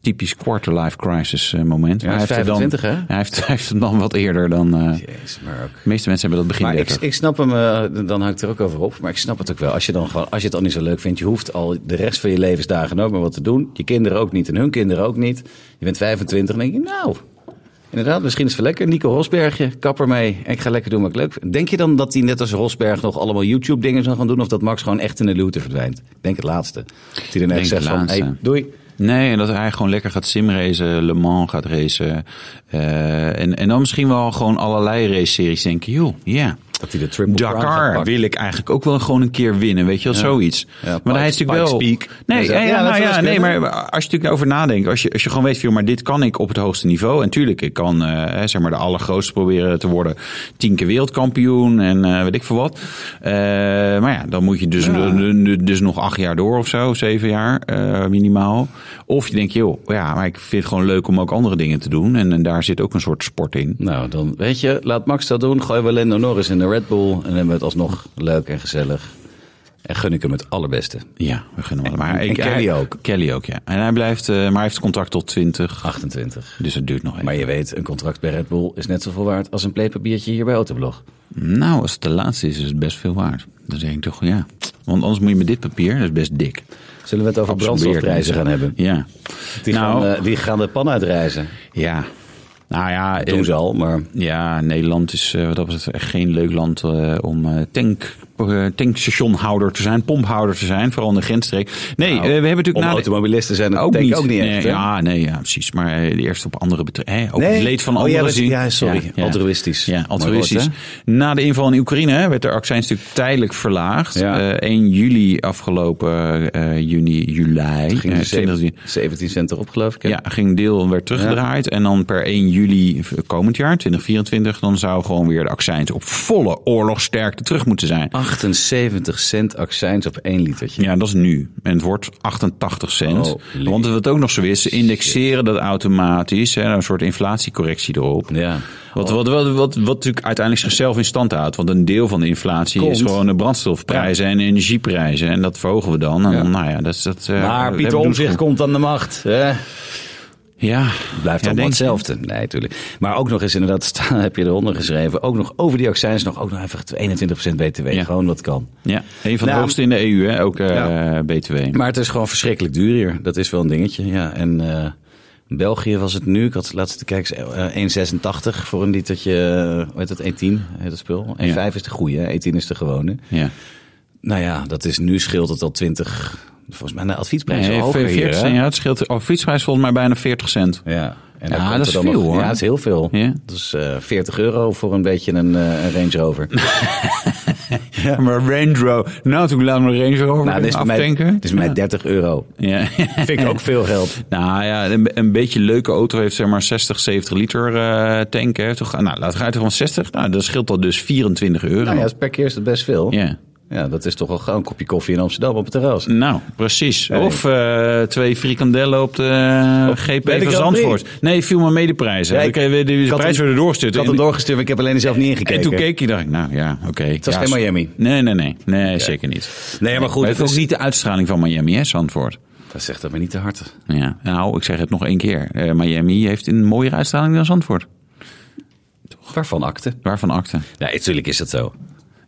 Speaker 2: Typisch quarterlife crisis eh, moment. Maar
Speaker 1: hij is
Speaker 2: heeft er dan-
Speaker 1: 25, hè?
Speaker 2: Hij heeft, hij heeft hem dan wat eerder dan... eh,
Speaker 1: Jezus, maar ook.
Speaker 2: de meeste mensen hebben dat begin
Speaker 1: Maar ik,
Speaker 2: 30.
Speaker 1: ik snap hem, eh, dan hang ik er ook over op. Maar ik snap het ook wel. Als je, dan gewoon, als je het al niet zo leuk vindt, je hoeft al de rest van je levensdagen ook maar wat te doen. Je kinderen ook niet en hun kinderen ook niet. Je bent 25 en denk je, nou, inderdaad, misschien is het wel lekker. Nico Rosbergje, kapper mee en ik ga lekker doen wat ik leuk vind. Denk je dan dat hij net als Rosberg nog allemaal YouTube dingen zou gaan doen? Of dat Max gewoon echt in de luwte verdwijnt? Ik denk het laatste. Dat hij dan
Speaker 2: Denk
Speaker 1: echt zegt
Speaker 2: het
Speaker 1: van,
Speaker 2: laatste.
Speaker 1: hey, doei.
Speaker 2: Nee, en dat hij gewoon lekker gaat simracen, Le Mans gaat racen. eh, en, en dan misschien wel gewoon allerlei race-series denken. Joh, ja.
Speaker 1: Dat hij de triple crown gaat
Speaker 2: Dakar
Speaker 1: pakken.
Speaker 2: wil ik eigenlijk ook wel gewoon een keer winnen, weet je wel, zoiets. maar
Speaker 1: Pikes-
Speaker 2: hij is natuurlijk wel...
Speaker 1: Pikes Peak.
Speaker 2: Nee,
Speaker 1: Hij
Speaker 2: ja,
Speaker 1: zegt, ja,
Speaker 2: ja,
Speaker 1: dat
Speaker 2: nou
Speaker 1: zou
Speaker 2: ja,
Speaker 1: eens
Speaker 2: nee,
Speaker 1: kunnen.
Speaker 2: maar als je natuurlijk over nadenkt, als je, als je gewoon weet, van, joh, maar dit kan ik op het hoogste niveau. En tuurlijk, ik kan eh, hè, zeg maar de allergrootste proberen te worden. Tien keer wereldkampioen en eh, weet ik veel wat. Eh, maar ja, dan moet je dus, dus nog acht jaar door of zo, zeven jaar eh, minimaal. Of je denkt, joh, ja, maar ik vind het gewoon leuk om ook andere dingen te doen. En, en daar zit ook een soort sport in.
Speaker 1: Nou, dan weet je, laat Max dat doen. Gooi we Lando Norris in de Red Bull. En dan hebben we het alsnog leuk en gezellig. En gun ik hem het allerbeste.
Speaker 2: Ja, we gunnen hem allemaal. Maar
Speaker 1: en Kelly
Speaker 2: hij-
Speaker 1: ook.
Speaker 2: Kelly ook, ja. En hij blijft, eh, maar hij heeft contract tot 20.
Speaker 1: 28.
Speaker 2: Dus het duurt nog even.
Speaker 1: Maar je weet, een contract bij Red Bull is net zoveel waard als een playpapiertje hier bij Autoblog.
Speaker 2: Nou, als het de laatste is, is het best veel waard. Dan zeg ik toch, ja. Want anders moet je met dit papier, dat is best dik.
Speaker 1: Zullen we het over
Speaker 2: Absorbeert
Speaker 1: brandstofprijzen gaan
Speaker 2: mensen.
Speaker 1: hebben?
Speaker 2: Ja.
Speaker 1: Die,
Speaker 2: nou,
Speaker 1: gaan, eh, die gaan de pan uitreizen.
Speaker 2: ja. Nou ja, eh,
Speaker 1: Doen ze al, maar
Speaker 2: ja, Nederland is eh, wat dat betreft echt geen leuk land eh, om eh, tank, eh, tankstationhouder te zijn, pomphouder te zijn, vooral in de grensstreek. Nee, eh, we hebben
Speaker 1: Nou, om
Speaker 2: natuurlijk na de-
Speaker 1: automobilisten zijn het
Speaker 2: Ook
Speaker 1: denk ik
Speaker 2: niet.
Speaker 1: ook niet echt.
Speaker 2: nee,
Speaker 1: hè?
Speaker 2: ja, nee, ja, precies. Maar eh, eerst op andere betrekkingen. Ook
Speaker 1: Nee.
Speaker 2: het leed van
Speaker 1: Oh,
Speaker 2: anderen
Speaker 1: ja, dat-
Speaker 2: zien.
Speaker 1: ja, sorry. Altruïstisch.
Speaker 2: Ja,
Speaker 1: Mooi
Speaker 2: altruïstisch.
Speaker 1: woord,
Speaker 2: Na de inval in Oekraïne hè, werd de accijns natuurlijk tijdelijk verlaagd.
Speaker 1: Ja.
Speaker 2: Eh, 1 juli afgelopen eh, juni, juli.
Speaker 1: Ging
Speaker 2: eh,
Speaker 1: er
Speaker 2: 20
Speaker 1: zeven- 17 cent erop, geloof ik. hè?
Speaker 2: ja, ging deel werd teruggedraaid. En dan per 1 juli komend jaar, 2024, dan zou gewoon weer de accijns op volle oorlogsterkte terug moeten zijn.
Speaker 1: 78 cent accijns op één litertje.
Speaker 2: Ja, dat is nu. En het wordt 88 cent.
Speaker 1: Oh, lief.
Speaker 2: Want wat ook nog zo is, ze indexeren dat automatisch. Hè, een soort inflatiecorrectie erop.
Speaker 1: Ja.
Speaker 2: Wat, wat, wat, wat, wat natuurlijk uiteindelijk zichzelf in stand houdt. Want een deel van de inflatie
Speaker 1: Komt.
Speaker 2: is gewoon de brandstofprijzen en energieprijzen. En dat verhogen we dan. En
Speaker 1: Ja.
Speaker 2: nou ja, dat is dat. eh,
Speaker 1: Maar
Speaker 2: we
Speaker 1: Pieter
Speaker 2: hebben
Speaker 1: Omzicht
Speaker 2: doelgroep.
Speaker 1: komt aan de macht. Hè?
Speaker 2: Ja.
Speaker 1: blijft
Speaker 2: ja,
Speaker 1: allemaal
Speaker 2: denk je?
Speaker 1: hetzelfde. Nee, natuurlijk. Maar ook nog eens inderdaad, staan, heb je eronder geschreven, ook nog over die accijns nog, ook nog even 21% BTW.
Speaker 2: Ja.
Speaker 1: Gewoon wat kan.
Speaker 2: Ja, een van de
Speaker 1: Nou,
Speaker 2: hoogste in de EU, hè? ook eh, BTW.
Speaker 1: Maar het is gewoon verschrikkelijk duur hier. Dat is wel een dingetje, ja. En eh, in België was het nu, ik had laatst te kijken, eh, 1,86 voor een litertje, eh, hoe heet dat, 1,10 heet dat spul. 1,5 is de goede, hè, 1,10 is de gewone.
Speaker 2: ja.
Speaker 1: Nou ja, dat is nu scheelt het al 20, volgens mij, nou, adviesprijs
Speaker 2: Nee,
Speaker 1: is hoger hier,
Speaker 2: 40
Speaker 1: hè?
Speaker 2: cent, ja, het scheelt. Oh, fietsprijs volgens mij bijna 40 cent.
Speaker 1: Ja, en dan
Speaker 2: Ja,
Speaker 1: komt
Speaker 2: dat
Speaker 1: er
Speaker 2: is
Speaker 1: dan
Speaker 2: veel,
Speaker 1: nog-
Speaker 2: hoor.
Speaker 1: Ja, dat is heel veel.
Speaker 2: Ja.
Speaker 1: Dat is eh, 40 euro voor een beetje een, eh, een Range Rover.
Speaker 2: Maar Range Rover, nou toen laat me de Range Rover
Speaker 1: nou, dit is bij mij,
Speaker 2: aftanken.
Speaker 1: dit is bij mij 30 euro.
Speaker 2: Ja.
Speaker 1: Vind ik ook veel geld.
Speaker 2: nou ja, een, een beetje leuke auto heeft zeg maar 60, 70 liter eh tank. Hè. Toch, nou, laat uit van 60. Nou, dan scheelt dat dus 24 euro.
Speaker 1: Nou ja, dat is per keer is dat best veel.
Speaker 2: Ja.
Speaker 1: Ja, dat is toch wel gewoon een kopje koffie in Amsterdam op het terras.
Speaker 2: Nou, precies. Of eh, twee frikandellen op de GP
Speaker 1: bij de
Speaker 2: van
Speaker 1: Grand Prix.
Speaker 2: Zandvoort. Nee, viel maar medeprijzen.
Speaker 1: Ja,
Speaker 2: Ja,
Speaker 1: ik-
Speaker 2: de, eh,
Speaker 1: ik had
Speaker 2: prijs
Speaker 1: hem-
Speaker 2: werd
Speaker 1: Ik
Speaker 2: doorgestuurd.
Speaker 1: had hem doorgestuurd, maar ik heb alleen er zelf niet ingekeken.
Speaker 2: En toen keek je, dacht ik, nou ja, oké. Het
Speaker 1: was geen Miami.
Speaker 2: Nee, nee, nee. Nee, zeker niet.
Speaker 1: Nee, maar goed.
Speaker 2: het heeft
Speaker 1: het
Speaker 2: ook
Speaker 1: is-
Speaker 2: niet de uitstraling van Miami, hè, Zandvoort.
Speaker 1: Dat zegt dat maar niet te hard.
Speaker 2: Ja, nou, ik zeg het nog één keer. Eh, Miami heeft een mooiere uitstraling dan Zandvoort.
Speaker 1: Waarvan akte?
Speaker 2: Waarvan akte?
Speaker 1: Nou, natuurlijk is dat zo.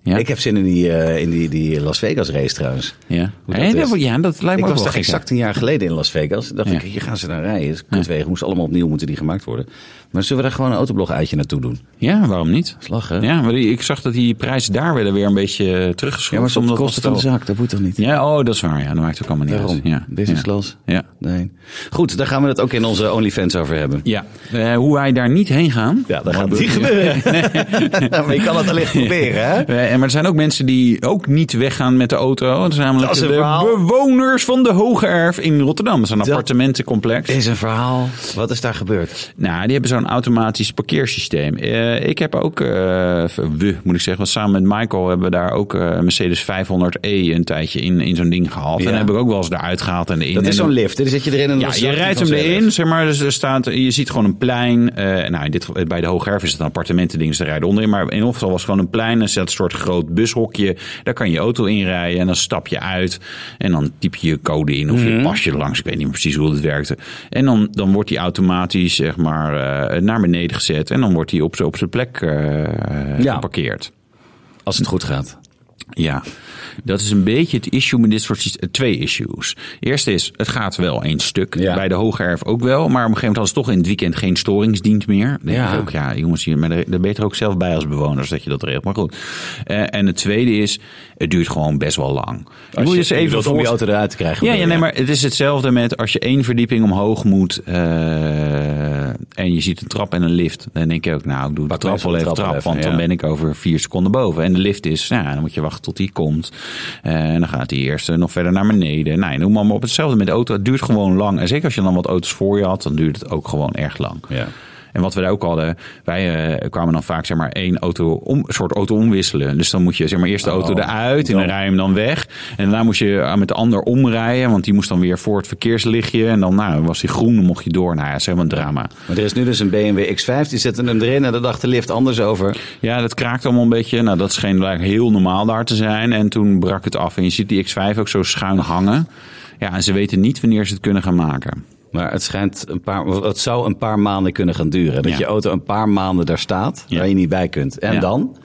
Speaker 2: Ja.
Speaker 1: Ik heb zin in die, eh, in die, die Las Vegas race trouwens.
Speaker 2: Ja.
Speaker 1: Hoe
Speaker 2: Hé,
Speaker 1: is.
Speaker 2: dat wordt- ja, dat lijkt
Speaker 1: ik
Speaker 2: me ook
Speaker 1: was
Speaker 2: wel
Speaker 1: daar
Speaker 2: gek, ja.
Speaker 1: exact een jaar geleden in Las Vegas. Toen dacht
Speaker 2: Ja.
Speaker 1: ik, hier gaan ze naar rijden. Dus kutwegen moesten allemaal opnieuw moeten die gemaakt worden. Maar zullen we daar gewoon een autoblog uitje naartoe doen?
Speaker 2: Ja, waarom niet?
Speaker 1: Slag, hè?
Speaker 2: Ja, maar die- ik zag dat die prijzen daar werden weer een beetje eh, teruggeschroefd.
Speaker 1: Ja, maar soms
Speaker 2: omdat
Speaker 1: kosten van de
Speaker 2: het wel-
Speaker 1: zaak, dat moet toch niet?
Speaker 2: Ja, oh, dat is waar. Ja, dat maakt het ook allemaal niet
Speaker 1: Daarom,
Speaker 2: uit. Ja.
Speaker 1: business
Speaker 2: ja.
Speaker 1: class.
Speaker 2: Ja.
Speaker 1: Nee. Goed, daar gaan we het ook in onze OnlyFans over hebben.
Speaker 2: Ja, Eh, hoe wij daar niet heen gaan.
Speaker 1: Ja, dat gaat
Speaker 2: Want-
Speaker 1: niet gebeuren. maar je kan het alleen proberen, hè?
Speaker 2: Eh, en maar er zijn ook mensen die ook niet weggaan met de auto. Dat zijn namelijk
Speaker 1: Dat is een
Speaker 2: de
Speaker 1: verhaal.
Speaker 2: bewoners van de Hoge Erf in Rotterdam. Dat is een appartementencomplex.
Speaker 1: Is een verhaal. Wat is daar gebeurd?
Speaker 2: Nou, die hebben zo'n automatisch parkeersysteem. Eh, ik heb ook, eh, we moet ik zeggen, want samen met Michael hebben we daar ook eh, een Mercedes 500e een tijdje in, in zo'n ding gehad.
Speaker 1: Ja.
Speaker 2: En heb ik ook wel eens eruit gehaald en erin.
Speaker 1: Dat
Speaker 2: en
Speaker 1: is zo'n lift. Dan zit je erin en dan
Speaker 2: Ja,
Speaker 1: start
Speaker 2: je rijdt hem
Speaker 1: vanzelf.
Speaker 2: erin, zeg maar. Dus er staat, je ziet gewoon een plein. eh, nou, in dit, geval- bij de Hoogerf is het een appartementending, ze rijden onderin. Maar in ieder geval was het gewoon een plein. Er staat een soort groot bushokje. Daar kan je auto in rijden en dan stap je uit. En dan typ je je code in of je pasje langs. Ik weet niet meer precies hoe dat werkte. En dan, dan wordt die automatisch, zeg maar, eh, naar beneden gezet. En dan wordt die op z'n- op zijn plek eh,
Speaker 1: Ja.
Speaker 2: geparkeerd.
Speaker 1: Als het goed gaat.
Speaker 2: Ja, dat is een beetje het issue met dit soort systemen. Twee issues. Eerst is, het gaat wel één stuk.
Speaker 1: Ja.
Speaker 2: Bij de Hoge Erf ook wel. Maar op een gegeven moment hadden ze toch in het weekend geen storingsdienst meer. Dan Denk
Speaker 1: Ja.
Speaker 2: ik ook, ja, jongens, hier, maar daar, daar ben je er ook zelf bij als bewoners dat je dat regelt. Maar goed. Eh, en het tweede is, het duurt gewoon best wel lang.
Speaker 1: Als
Speaker 2: moet je
Speaker 1: je-
Speaker 2: eens
Speaker 1: je
Speaker 2: even
Speaker 1: wilt om die
Speaker 2: voorst-
Speaker 1: auto eruit te krijgen.
Speaker 2: ja, ja, nee,
Speaker 1: bedoel
Speaker 2: maar het is hetzelfde met als je één verdieping omhoog moet eh, en je ziet een trap en een lift. Dan denk je ook, nou, ik doe de
Speaker 1: Pak
Speaker 2: trap
Speaker 1: even
Speaker 2: wel
Speaker 1: de
Speaker 2: even
Speaker 1: trap
Speaker 2: trap,
Speaker 1: wel even,
Speaker 2: want dan
Speaker 1: ja.
Speaker 2: ben ik over vier seconden boven. En de lift is, nou, dan moet je wachten tot die komt. Eh, en dan gaat die eerste nog verder naar beneden. Nou, en noem maar op hetzelfde met de auto. Het duurt gewoon lang. En zeker als je dan wat auto's voor je had, dan duurt het ook gewoon erg lang.
Speaker 1: Ja.
Speaker 2: En wat we daar ook hadden, wij eh, kwamen dan vaak zeg maar één auto om, soort auto omwisselen. Dus dan moet je zeg maar eerst de auto
Speaker 1: Oh,
Speaker 2: eruit en dan rij je hem dan weg. En daarna moest je eh, met de ander omrijden, want die moest dan weer voor het verkeerslichtje. En dan nou, was die groen, dan mocht je door. Nou ja, dat is helemaal een drama.
Speaker 1: Maar er is nu dus een BMW X5, die zetten hem erin en daar dacht de lift anders over.
Speaker 2: Ja, dat kraakt allemaal een beetje. Nou, dat scheen blijkbaar heel normaal daar te zijn. En toen brak het af. En je ziet die X5 ook zo schuin hangen. Ja, en ze weten niet wanneer ze het kunnen gaan maken.
Speaker 1: Maar het, schijnt een paar, het zou een paar maanden kunnen gaan duren. Dat
Speaker 2: Ja.
Speaker 1: je auto een paar maanden daar staat,
Speaker 2: Ja.
Speaker 1: waar je niet bij kunt. En
Speaker 2: Ja.
Speaker 1: dan?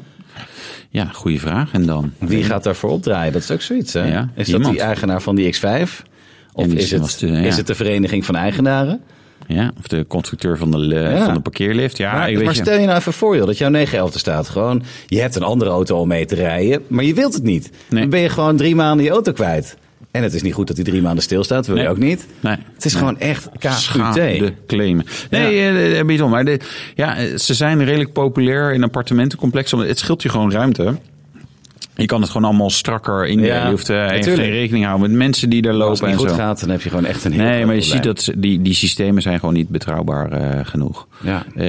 Speaker 2: Ja, goede vraag. En dan?
Speaker 1: Wie gaat daarvoor opdraaien? Dat is ook zoiets, hè?
Speaker 2: Ja,
Speaker 1: is dat
Speaker 2: iemand.
Speaker 1: die eigenaar van die X5? Of
Speaker 2: En die
Speaker 1: is, het,
Speaker 2: was de- ja.
Speaker 1: is het de vereniging van eigenaren?
Speaker 2: Ja, of de constructeur van de, le-
Speaker 1: Ja.
Speaker 2: van de parkeerlift. Ja,
Speaker 1: maar
Speaker 2: Ah, ik weet
Speaker 1: maar
Speaker 2: je.
Speaker 1: stel je nou even voor, joh, dat jouw 911 staat. Gewoon, je hebt een andere auto om mee te rijden, maar je wilt het niet.
Speaker 2: Nee.
Speaker 1: Dan ben je gewoon drie maanden je auto kwijt. En het is niet goed dat die drie maanden stilstaat, wil je
Speaker 2: Nee.
Speaker 1: ook niet.
Speaker 2: Nee.
Speaker 1: Het is gewoon echt KUT.
Speaker 2: Schaamde claimen. Nee, eh, eh, bijzonder. Maar de, ja, eh, ze zijn redelijk populair in appartementencomplexen. omdat Het scheelt je gewoon ruimte. Je kan het gewoon allemaal strakker in.
Speaker 1: Ja,
Speaker 2: je hoeft eh, even
Speaker 1: natuurlijk.
Speaker 2: geen rekening houden met mensen die daar
Speaker 1: Als
Speaker 2: lopen
Speaker 1: het niet
Speaker 2: en
Speaker 1: goed
Speaker 2: zo.
Speaker 1: gaat, dan heb je gewoon echt een heel
Speaker 2: Nee,
Speaker 1: groot
Speaker 2: maar je
Speaker 1: probleem.
Speaker 2: ziet dat ze- die, die systemen zijn gewoon niet betrouwbaar eh, genoeg.
Speaker 1: Ja.
Speaker 2: Eh,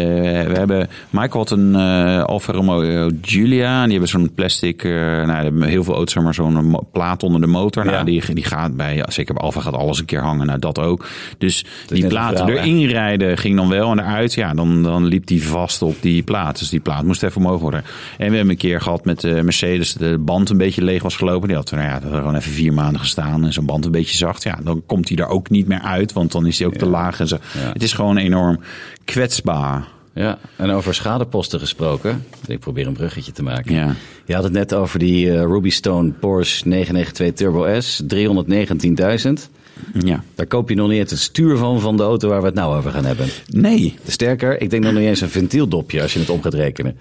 Speaker 2: we hebben, Michael had een eh Alfa Romeo Giulia. En die hebben zo'n plastic, eh nou, die hebben heel veel auto's, zeg maar zo'n mo- plaat onder de motor.
Speaker 1: Ja.
Speaker 2: Nou, die, die gaat bij, ja, zeker bij Alfa gaat alles een keer hangen. Nou, dat ook. Dus die
Speaker 1: net een
Speaker 2: platen
Speaker 1: verhaal, hè?
Speaker 2: erin rijden ging dan wel en eruit. Ja, dan, dan liep die vast op die plaat. Dus die plaat moest even omhoog worden. En we hebben een keer gehad met de Mercedes, de band een beetje leeg was gelopen. Die had, nou ja, dat had er gewoon even vier maanden gestaan en zijn band een beetje zacht. Ja, dan komt hij er ook niet meer uit, want dan is hij ook te laag en zo. Het is gewoon enorm kwetsbaar.
Speaker 1: Ja, en over schadeposten gesproken. Ik probeer een bruggetje te maken.
Speaker 2: Ja.
Speaker 1: Je had het net over die eh, Ruby Stone Porsche 992 Turbo S, 319.000.
Speaker 2: Ja.
Speaker 1: Daar koop je nog niet eens het stuur van, van de auto waar we het nou over gaan hebben.
Speaker 2: Nee,
Speaker 1: Sterker, ik denk nog niet eens een ventieldopje als je het om gaat rekenen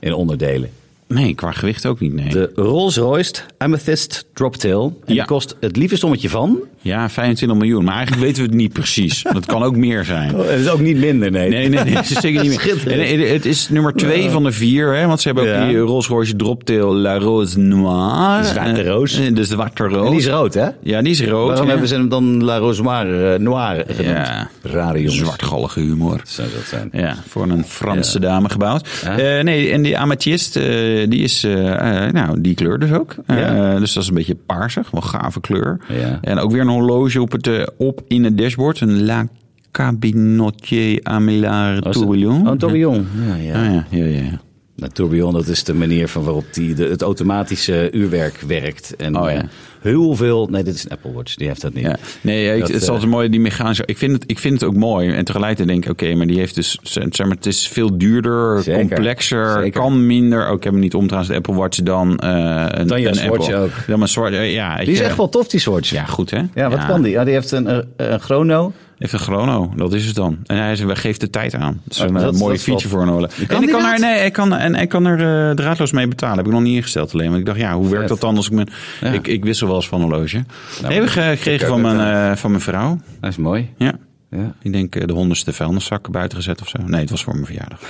Speaker 1: in onderdelen.
Speaker 2: nee, qua gewicht ook niet, nee.
Speaker 1: De Rolls-Royce Amethyst Droptail. En
Speaker 2: Ja.
Speaker 1: die kost het lieve sommetje van.
Speaker 2: Ja, 25 miljoen, maar eigenlijk weten we het niet precies. Dat kan ook meer zijn.
Speaker 1: Oh, Het is ook niet minder, nee.
Speaker 2: Nee, nee, nee, het is zeker niet meer.
Speaker 1: Schitterend.
Speaker 2: Nee, nee, het is nummer twee van de vier, hè, want ze hebben ook
Speaker 1: Ja.
Speaker 2: die Rolls Royce Droptail La Rose Noire.
Speaker 1: De zwarte
Speaker 2: Eh,
Speaker 1: roos.
Speaker 2: eh, De zwarte roos.
Speaker 1: En die is rood, hè?
Speaker 2: Ja, die is rood.
Speaker 1: Waarom
Speaker 2: ja.
Speaker 1: hebben ze hem dan La Rose Noire, eh, Noire genoemd?
Speaker 2: Ja.
Speaker 1: Rare jongens.
Speaker 2: zwartgallige humor?
Speaker 1: Zou dat zijn.
Speaker 2: Ja, voor een Franse dame gebouwd.
Speaker 1: Ja.
Speaker 2: Eh, nee, en die amethyst, eh, die is eh, eh, nou, die kleur dus ook. Eh,
Speaker 1: Ja.
Speaker 2: dus dat is een beetje paarsig, wel gave kleur.
Speaker 1: Ja.
Speaker 2: En ook weer een horloge op, het, eh, op in het dashboard. Een La Cabinotier Amelar
Speaker 1: Was het-
Speaker 2: Tourbillon.
Speaker 1: Oh, Tourbillon. Ja, ja.
Speaker 2: Ah, ja, ja, ja.
Speaker 1: Nou, tourbillon, dat is de manier van waarop die de, het automatische uurwerk werkt. En
Speaker 2: Oh, ja.
Speaker 1: eh, heel veel... Nee, dit is een Apple Watch. Die heeft dat niet.
Speaker 2: Ja. Nee, ja, ik,
Speaker 1: Dat,
Speaker 2: het is
Speaker 1: eh,
Speaker 2: altijd mooi, die mechanische... Ik vind, het, ik vind het ook mooi. En tegelijkertijd denk ik, oké, maar die heeft dus... Zeg maar, het is veel duurder,
Speaker 1: Zeker.
Speaker 2: complexer,
Speaker 1: Zeker.
Speaker 2: kan minder... Oh, ik heb hem niet om trouwens, de Apple Watch dan... eh, een,
Speaker 1: Dan je
Speaker 2: een
Speaker 1: Swatch
Speaker 2: Apple.
Speaker 1: ook.
Speaker 2: Dan mijn Swatch, eh, ja. ik,
Speaker 1: Die is
Speaker 2: eh,
Speaker 1: echt wel tof, die Swatch.
Speaker 2: Ja, goed hè?
Speaker 1: Ja, wat kan die? Ja, die heeft een, eh, een chrono.
Speaker 2: Heeft een chrono, dat is het dan. En hij zegt, geeft de tijd aan. Dat is
Speaker 1: Oh,
Speaker 2: een
Speaker 1: dat-
Speaker 2: eh,
Speaker 1: dat
Speaker 2: mooie
Speaker 1: is
Speaker 2: feature voor een OLED.
Speaker 1: kan
Speaker 2: en ik
Speaker 1: die
Speaker 2: kan
Speaker 1: dat?
Speaker 2: er, nee, ik kan, en ik kan er eh, draadloos mee betalen. Heb ik nog niet ingesteld alleen. Want ik dacht, ja, hoe werkt
Speaker 1: Vet.
Speaker 2: dat dan als ik mijn...
Speaker 1: Ja.
Speaker 2: Ik, ik wissel wel eens van horloge.
Speaker 1: maar
Speaker 2: heb ik eh,
Speaker 1: dat-
Speaker 2: gekregen
Speaker 1: dat
Speaker 2: van
Speaker 1: kan
Speaker 2: mijn,
Speaker 1: ook,
Speaker 2: eh, van mijn vrouw.
Speaker 1: Dat is mooi.
Speaker 2: Ja.
Speaker 1: Ja.
Speaker 2: Ik denk eh, de honderdste vuilniszak buiten gezet of zo. Nee, het was voor mijn verjaardag.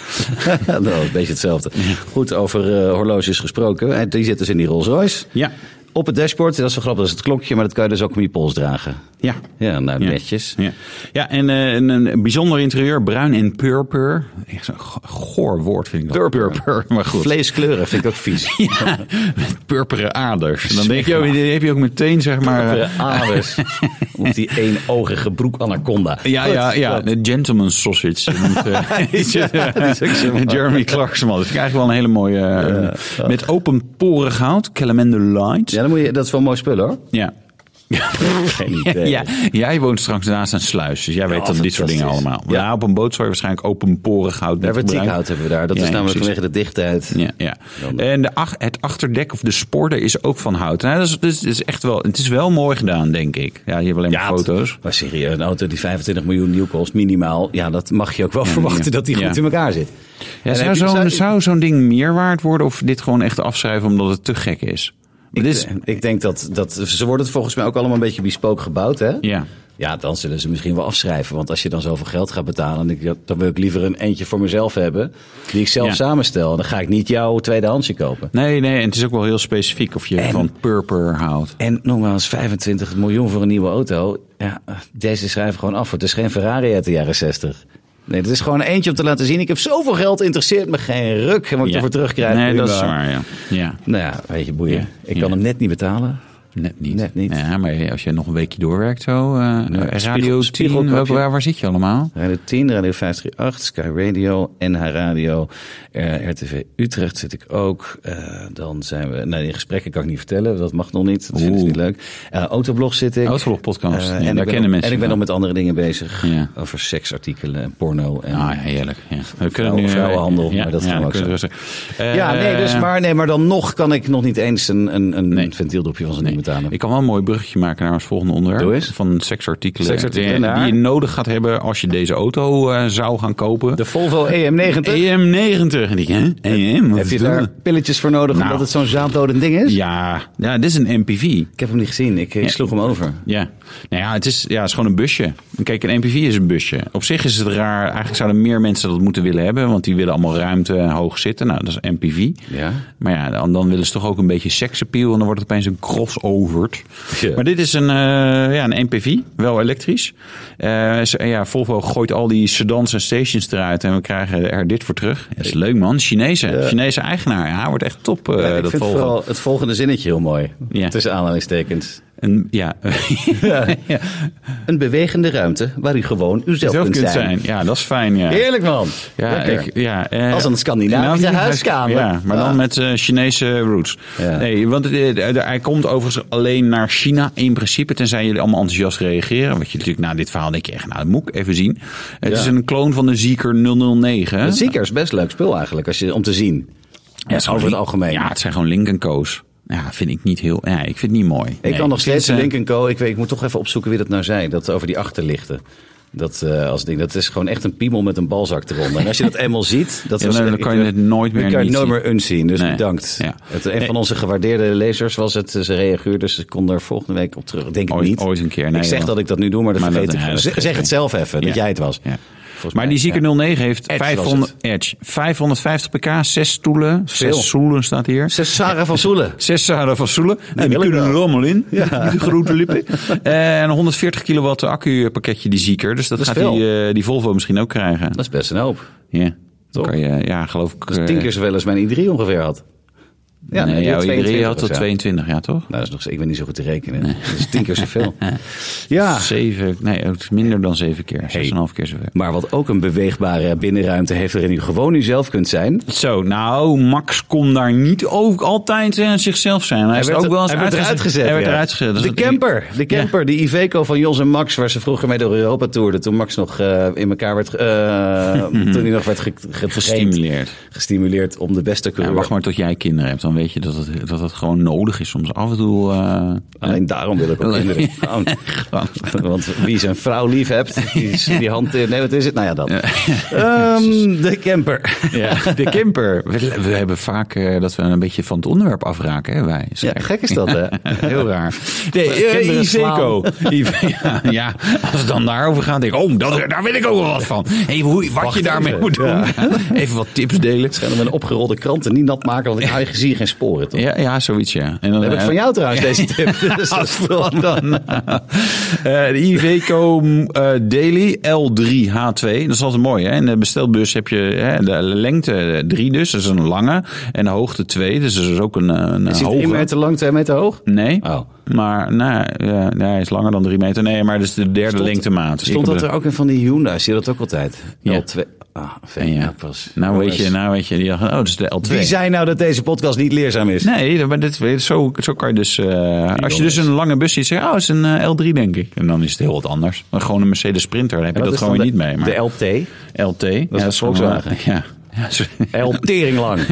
Speaker 1: dat is een beetje hetzelfde. Goed, over eh, horloges gesproken. Eh, Die zit dus in die Rolls Royce.
Speaker 2: Ja.
Speaker 1: Op het dashboard, dat is wel grappig, dat is het klokje, maar dat kan je dus ook om je pols dragen.
Speaker 2: Ja.
Speaker 1: Ja, nou,
Speaker 2: Ja.
Speaker 1: netjes.
Speaker 2: Ja, ja en eh, een, een bijzonder interieur. Bruin en purper. Echt zo'n go- goor woord vind ik dat.
Speaker 1: Purper.
Speaker 2: Maar goed.
Speaker 1: Vleeskleuren vind ik ook vies.
Speaker 2: Ja, met purperen aders. Dan denk je, oh, die heb je ook meteen, zeg maar... eh,
Speaker 1: Purperen aders. Op die eenogige broek anaconda.
Speaker 2: eh, Ja,
Speaker 1: Goed,
Speaker 2: ja, ja.
Speaker 1: dat.
Speaker 2: De gentleman sausage. noemt, eh,
Speaker 1: is ook zo.
Speaker 2: Jeremy Clarkson. man. Dat vind ik eigenlijk wel een hele mooie... eh, met openporig hout. Calamander Light.
Speaker 1: Ja, dan moet je, dat is wel een mooi spul hoor.
Speaker 2: Ja.
Speaker 1: Geen idee.
Speaker 2: Ja, jij woont straks naast een sluis, dus jij weet dan dit soort dingen
Speaker 1: fantastisch.
Speaker 2: allemaal. Ja. op een boot zou je waarschijnlijk openporig hout
Speaker 1: Ja,
Speaker 2: moeten gebruiken.
Speaker 1: vertiekhout hebben we daar. Dat
Speaker 2: Ja,
Speaker 1: is
Speaker 2: ja,
Speaker 1: namelijk
Speaker 2: precies.
Speaker 1: vanwege de dichtheid.
Speaker 2: Ja, ja. Eh, En de ach, het achterdek of de spoorder is ook van hout. Nou, dat, is, dat is- dat is echt wel, het is wel mooi gedaan, denk ik. Ja, je hebt alleen maar
Speaker 1: het-
Speaker 2: foto's.
Speaker 1: Maar serieus, een auto die 25 miljoen nieuw kost, minimaal. Ja, dat mag je ook wel verwachten dat die goed
Speaker 2: Ja.
Speaker 1: in elkaar zit.
Speaker 2: Ja,
Speaker 1: En
Speaker 2: zou
Speaker 1: heb je-
Speaker 2: zo'n
Speaker 1: zou-
Speaker 2: zou zo'n ding meer waard worden of dit gewoon echt afschrijven omdat het te gek is? Maar
Speaker 1: Ik,
Speaker 2: dit is
Speaker 1: ik denk dat, dat ze worden het volgens mij ook allemaal een beetje bespook gebouwd, hè?
Speaker 2: ja.
Speaker 1: Ja, dan zullen ze misschien wel afschrijven. Want als je dan zoveel geld gaat betalen, dan, denk ik, ja, dan wil ik liever een eentje voor mezelf hebben. Die ik zelf
Speaker 2: Ja.
Speaker 1: samenstel. Dan ga ik niet jouw tweedehandsje kopen.
Speaker 2: Nee, nee, en het is ook wel heel specifiek of je van purper houdt.
Speaker 1: En nogmaals, 25 miljoen voor een nieuwe auto. Ja, deze schrijven gewoon af. Het is geen Ferrari uit de jaren 60. Nee, dat is gewoon eentje om te laten zien. Ik heb zoveel geld, interesseert me geen ruk. En wat ik
Speaker 2: Ja.
Speaker 1: ervoor terugkrijg.
Speaker 2: Nee, dat is
Speaker 1: prima.
Speaker 2: waar, ja. ja.
Speaker 1: Nou ja, weet je, boeien.
Speaker 2: Ja,
Speaker 1: Ik
Speaker 2: ja.
Speaker 1: kan hem net niet betalen.
Speaker 2: Net niet.
Speaker 1: Net niet.
Speaker 2: Ja, maar als je nog een weekje doorwerkt zo, eh, Radio
Speaker 1: spiegel-
Speaker 2: 10,
Speaker 1: spiegelkapje.
Speaker 2: welke- waar, waar zit je allemaal?
Speaker 1: Radio 10, Radio 538, Sky Radio, NH Radio, eh, RTV Utrecht zit ik ook. Eh, dan zijn we... Nee, die gesprekken kan ik niet vertellen. Dat mag nog niet. Dat vinden ze
Speaker 2: Oeh.
Speaker 1: niet leuk. Eh, Autoblog zit ik.
Speaker 2: Autoblog podcast.
Speaker 1: Eh,
Speaker 2: Ja,
Speaker 1: en ik
Speaker 2: daar
Speaker 1: ben
Speaker 2: kennen
Speaker 1: nog-
Speaker 2: mensen
Speaker 1: En ik ben
Speaker 2: van.
Speaker 1: nog met andere dingen bezig.
Speaker 2: Ja.
Speaker 1: Over seksartikelen en porno. En,
Speaker 2: Ah, ja, heerlijk. Ja. We kunnen
Speaker 1: Vrouwen-
Speaker 2: nu, eh,
Speaker 1: vrouwenhandel, maar dat gaan we ook
Speaker 2: kunnen
Speaker 1: zo.
Speaker 2: rustig. Eh,
Speaker 1: Ja, nee, dus, maar, nee, maar dan nog kan ik nog niet eens een, een, een
Speaker 2: Nee.
Speaker 1: ventieldopje van zijn
Speaker 2: nee.
Speaker 1: nieuwe betalen.
Speaker 2: Ik kan wel een mooi bruggetje maken naar ons volgende onderwerp.
Speaker 1: Doe eens.
Speaker 2: Van seksartikelen.
Speaker 1: Seksartikelen
Speaker 2: die, die
Speaker 1: naar-
Speaker 2: je nodig gaat hebben als je deze auto eh, zou gaan kopen.
Speaker 1: De Volvo EM90.
Speaker 2: EM90. En ik, hè? EM? Wat
Speaker 1: Heb je
Speaker 2: is dat?
Speaker 1: daar pilletjes voor nodig
Speaker 2: Nou.
Speaker 1: omdat het zo'n zaaddodend ding is?
Speaker 2: Ja, ja, dit is een MPV.
Speaker 1: Ik heb hem niet gezien. Ik, ik sloeg hem over.
Speaker 2: Ja, nou ja, het is, ja, het is gewoon een busje. Kijk, een MPV is een busje. Op zich is het raar. Eigenlijk zouden meer mensen dat moeten willen hebben, want die willen allemaal ruimte en hoog zitten. Nou, dat is een MPV.
Speaker 1: Ja.
Speaker 2: Maar ja, dan, dan willen ze toch ook een beetje seksappeal en dan wordt het opeens een crossover.
Speaker 1: Ja.
Speaker 2: Maar dit is een, eh, ja, een MPV, wel elektrisch. Eh, ze- ja, Volvo gooit al die sedans en stations eruit en we krijgen er dit voor terug. Dat is leuk man, Chinezen. Chinese eigenaar, ja, hij wordt echt top, eh,
Speaker 1: Ja, ik
Speaker 2: dat
Speaker 1: vind
Speaker 2: Volvo.
Speaker 1: vooral het volgende zinnetje heel mooi.
Speaker 2: Ja.
Speaker 1: Tussen aanhalingstekens.
Speaker 2: En, ja. ja.
Speaker 1: Een bewegende ruimte waar u gewoon uzelf
Speaker 2: Zelf
Speaker 1: kunt,
Speaker 2: kunt
Speaker 1: zijn.
Speaker 2: zijn. Ja, dat is fijn, ja.
Speaker 1: Heerlijk man.
Speaker 2: Ja,
Speaker 1: Lekker.
Speaker 2: ik, ja, eh,
Speaker 1: Als een Scandinavische
Speaker 2: nou,
Speaker 1: huiskamer.
Speaker 2: Ja, maar
Speaker 1: Ja.
Speaker 2: dan met eh, Chinese roots.
Speaker 1: Ja.
Speaker 2: Nee, want het, eh, de- hij komt overigens alleen naar China in principe. Tenzij jullie allemaal enthousiast reageren. Want je natuurlijk na dit verhaal denk je echt, nou dat moet ik even zien. Het
Speaker 1: Ja.
Speaker 2: is een kloon van de Zieker 009.
Speaker 1: Het zieker is best leuk spul eigenlijk als je, om te zien.
Speaker 2: Ja, het is gewoon
Speaker 1: over het
Speaker 2: Lin-
Speaker 1: algemeen.
Speaker 2: Ja, het zijn gewoon Lincoln Co's. Ja, vind ik niet heel... Ja, ik vind het niet mooi.
Speaker 1: Ik kan nog steeds
Speaker 2: Lincoln
Speaker 1: Lincoln Co. Ik, weet, ik moet toch even opzoeken wie dat nou zei. Dat over die achterlichten. Dat, eh, als ding, dat is gewoon echt een piemel met een balzak eronder. En als je dat eenmaal ziet... Dat
Speaker 2: Ja,
Speaker 1: was-
Speaker 2: dan
Speaker 1: ik-
Speaker 2: kan je het nooit meer
Speaker 1: Dan kan je het
Speaker 2: niet
Speaker 1: nooit meer unzien, dus
Speaker 2: Nee.
Speaker 1: bedankt.
Speaker 2: Ja. Eh,
Speaker 1: Het, een van onze gewaardeerde lezers was het. Ze reageerde, dus ze kon daar volgende week op terug. Ik denk het
Speaker 2: Ooit-
Speaker 1: niet.
Speaker 2: ooit een keer, nee,
Speaker 1: ik zeg
Speaker 2: wel.
Speaker 1: dat ik dat nu doe, maar dat
Speaker 2: Maar dat-
Speaker 1: vergeet
Speaker 2: ja,
Speaker 1: ik.
Speaker 2: dat
Speaker 1: Zeg-
Speaker 2: vergeet
Speaker 1: zeg het
Speaker 2: ik.
Speaker 1: zelf even, dat
Speaker 2: Ja.
Speaker 1: jij het was.
Speaker 2: eh, Ja.
Speaker 1: Volgens
Speaker 2: Maar
Speaker 1: mij,
Speaker 2: die Zieker
Speaker 1: ja.
Speaker 2: 09 heeft
Speaker 1: Edge was
Speaker 2: 500, Edge, 550 pk, 6 stoelen.
Speaker 1: Veel.
Speaker 2: 6 stoelen staat hier.
Speaker 1: Cesare van Soelen.
Speaker 2: Zes zaden van Soelen. En die
Speaker 1: wil ik
Speaker 2: kunnen er
Speaker 1: wel.
Speaker 2: allemaal in. Met die grote lippen. En 140 kilowatt accupakketje die zieker. Dus dat,
Speaker 1: Dat is
Speaker 2: gaat die,
Speaker 1: veel.
Speaker 2: eh, die Volvo misschien ook krijgen.
Speaker 1: Dat is best een hoop.
Speaker 2: Ja. Dan
Speaker 1: Toch?
Speaker 2: Kan je, ja, geloof ik.
Speaker 1: Dat is
Speaker 2: eh,
Speaker 1: tien keer zoveel als mijn i3 ongeveer had. dus Ja,
Speaker 2: nee, jouw Irie
Speaker 1: 22
Speaker 2: had
Speaker 1: of
Speaker 2: tot
Speaker 1: zo.
Speaker 2: 22, ja toch?
Speaker 1: Nou, dat is nog, ik ben niet zo goed te rekenen. Dat is tien keer zoveel. ja.
Speaker 2: Zeven, nee, het is minder dan zeven keer. Zes en een half keer zoveel.
Speaker 1: Maar wat ook een beweegbare binnenruimte heeft waarin u gewoon uzelf kunt zijn.
Speaker 2: Zo, nou, Max kon daar niet ook altijd eh, zichzelf zijn. Hij, is
Speaker 1: werd
Speaker 2: ook
Speaker 1: er-
Speaker 2: wel eens
Speaker 1: hij werd eruit gezet.
Speaker 2: Hij werd
Speaker 1: ja.
Speaker 2: eruit gezet. Dat is
Speaker 1: De
Speaker 2: natuurlijk-
Speaker 1: camper. De camper. Die Iveco van Jos en Max, waar ze vroeger mee door Europa toerden. Toen Max nog eh, in elkaar werd... ge- eh, toen hij nog werd ge- ge- getraind.
Speaker 2: Gestimuleerd.
Speaker 1: Gestimuleerd om de beste
Speaker 2: Ja,
Speaker 1: coureur.
Speaker 2: wacht maar tot jij kinderen hebt. Dan weet je dat het, dat het gewoon nodig is soms af en toe. eh,
Speaker 1: Alleen daarom wil ik ook
Speaker 2: Alleen-
Speaker 1: kinderen. Gewoon. Want wie zijn vrouw lief hebt, die, is- die hand... Nee, wat is het? Nou ja, dat. Ehm, de camper.
Speaker 2: ja, de camper. We, we hebben vaak eh, dat we een beetje van het onderwerp afraken, hè, wij.
Speaker 1: Ja, gek is dat, hè?
Speaker 2: Heel raar. Nee,
Speaker 1: eh,
Speaker 2: kinderen
Speaker 1: Iveco.
Speaker 2: slaan. Ive- ja, ja, als het dan daarover gaat, denk ik, oh, dat, daar wil ik ook wel wat van. Hey, hoe, wat je daarmee
Speaker 1: even.
Speaker 2: moet doen. Even wat tips delen.
Speaker 1: En dan een opgerolde kranten niet nat maken, want ik hij zie geen sporen, toch?
Speaker 2: Ja, ja, zoiets, ja. En dan,
Speaker 1: Dat heb ik van
Speaker 2: eh,
Speaker 1: jou trouwens, deze tip. Dus dat is wel- eh,
Speaker 2: Eh, de Iveco eh, Daily L3H2. Dat is altijd mooi. Hè? In de bestelbus heb je hè, de lengte 3 dus. Dat is een lange. En de hoogte 2. Dus dat is ook een, eh, een
Speaker 1: Is hij
Speaker 2: hoge.
Speaker 1: 3 meter lang, 2 meter hoog?
Speaker 2: Nee.
Speaker 1: Oh.
Speaker 2: Maar nou, ja, nee, hij is langer dan 3 meter. Nee, maar dat is de derde lengtemaat. Ik
Speaker 1: Stond dat
Speaker 2: bedoel-
Speaker 1: er ook in van die Hyundai? Zie je dat ook altijd?
Speaker 2: Ja.
Speaker 1: L2. Ah,
Speaker 2: En
Speaker 1: fijn,
Speaker 2: ja,
Speaker 1: ja, pas.
Speaker 2: Nou weet,
Speaker 1: Jongens.
Speaker 2: je, nou weet je, die dacht, oh, dat is de L2.
Speaker 1: Wie zei nou dat deze podcast niet leerzaam is?
Speaker 2: Nee, maar dit, weet je, zo, zo kan je dus... eh, als je dus een lange bus ziet, zeg je, oh, het is een eh, L3 denk ik. En dan is het heel wat anders. Maar gewoon een Mercedes Sprinter, dan heb je
Speaker 1: En
Speaker 2: dat,
Speaker 1: wat is
Speaker 2: gewoon
Speaker 1: dan
Speaker 2: niet mee. Maar...
Speaker 1: De LT?
Speaker 2: LT. Dat
Speaker 1: is een Volkswagen.
Speaker 2: Ja. Ja, sorry.
Speaker 1: L tering lang.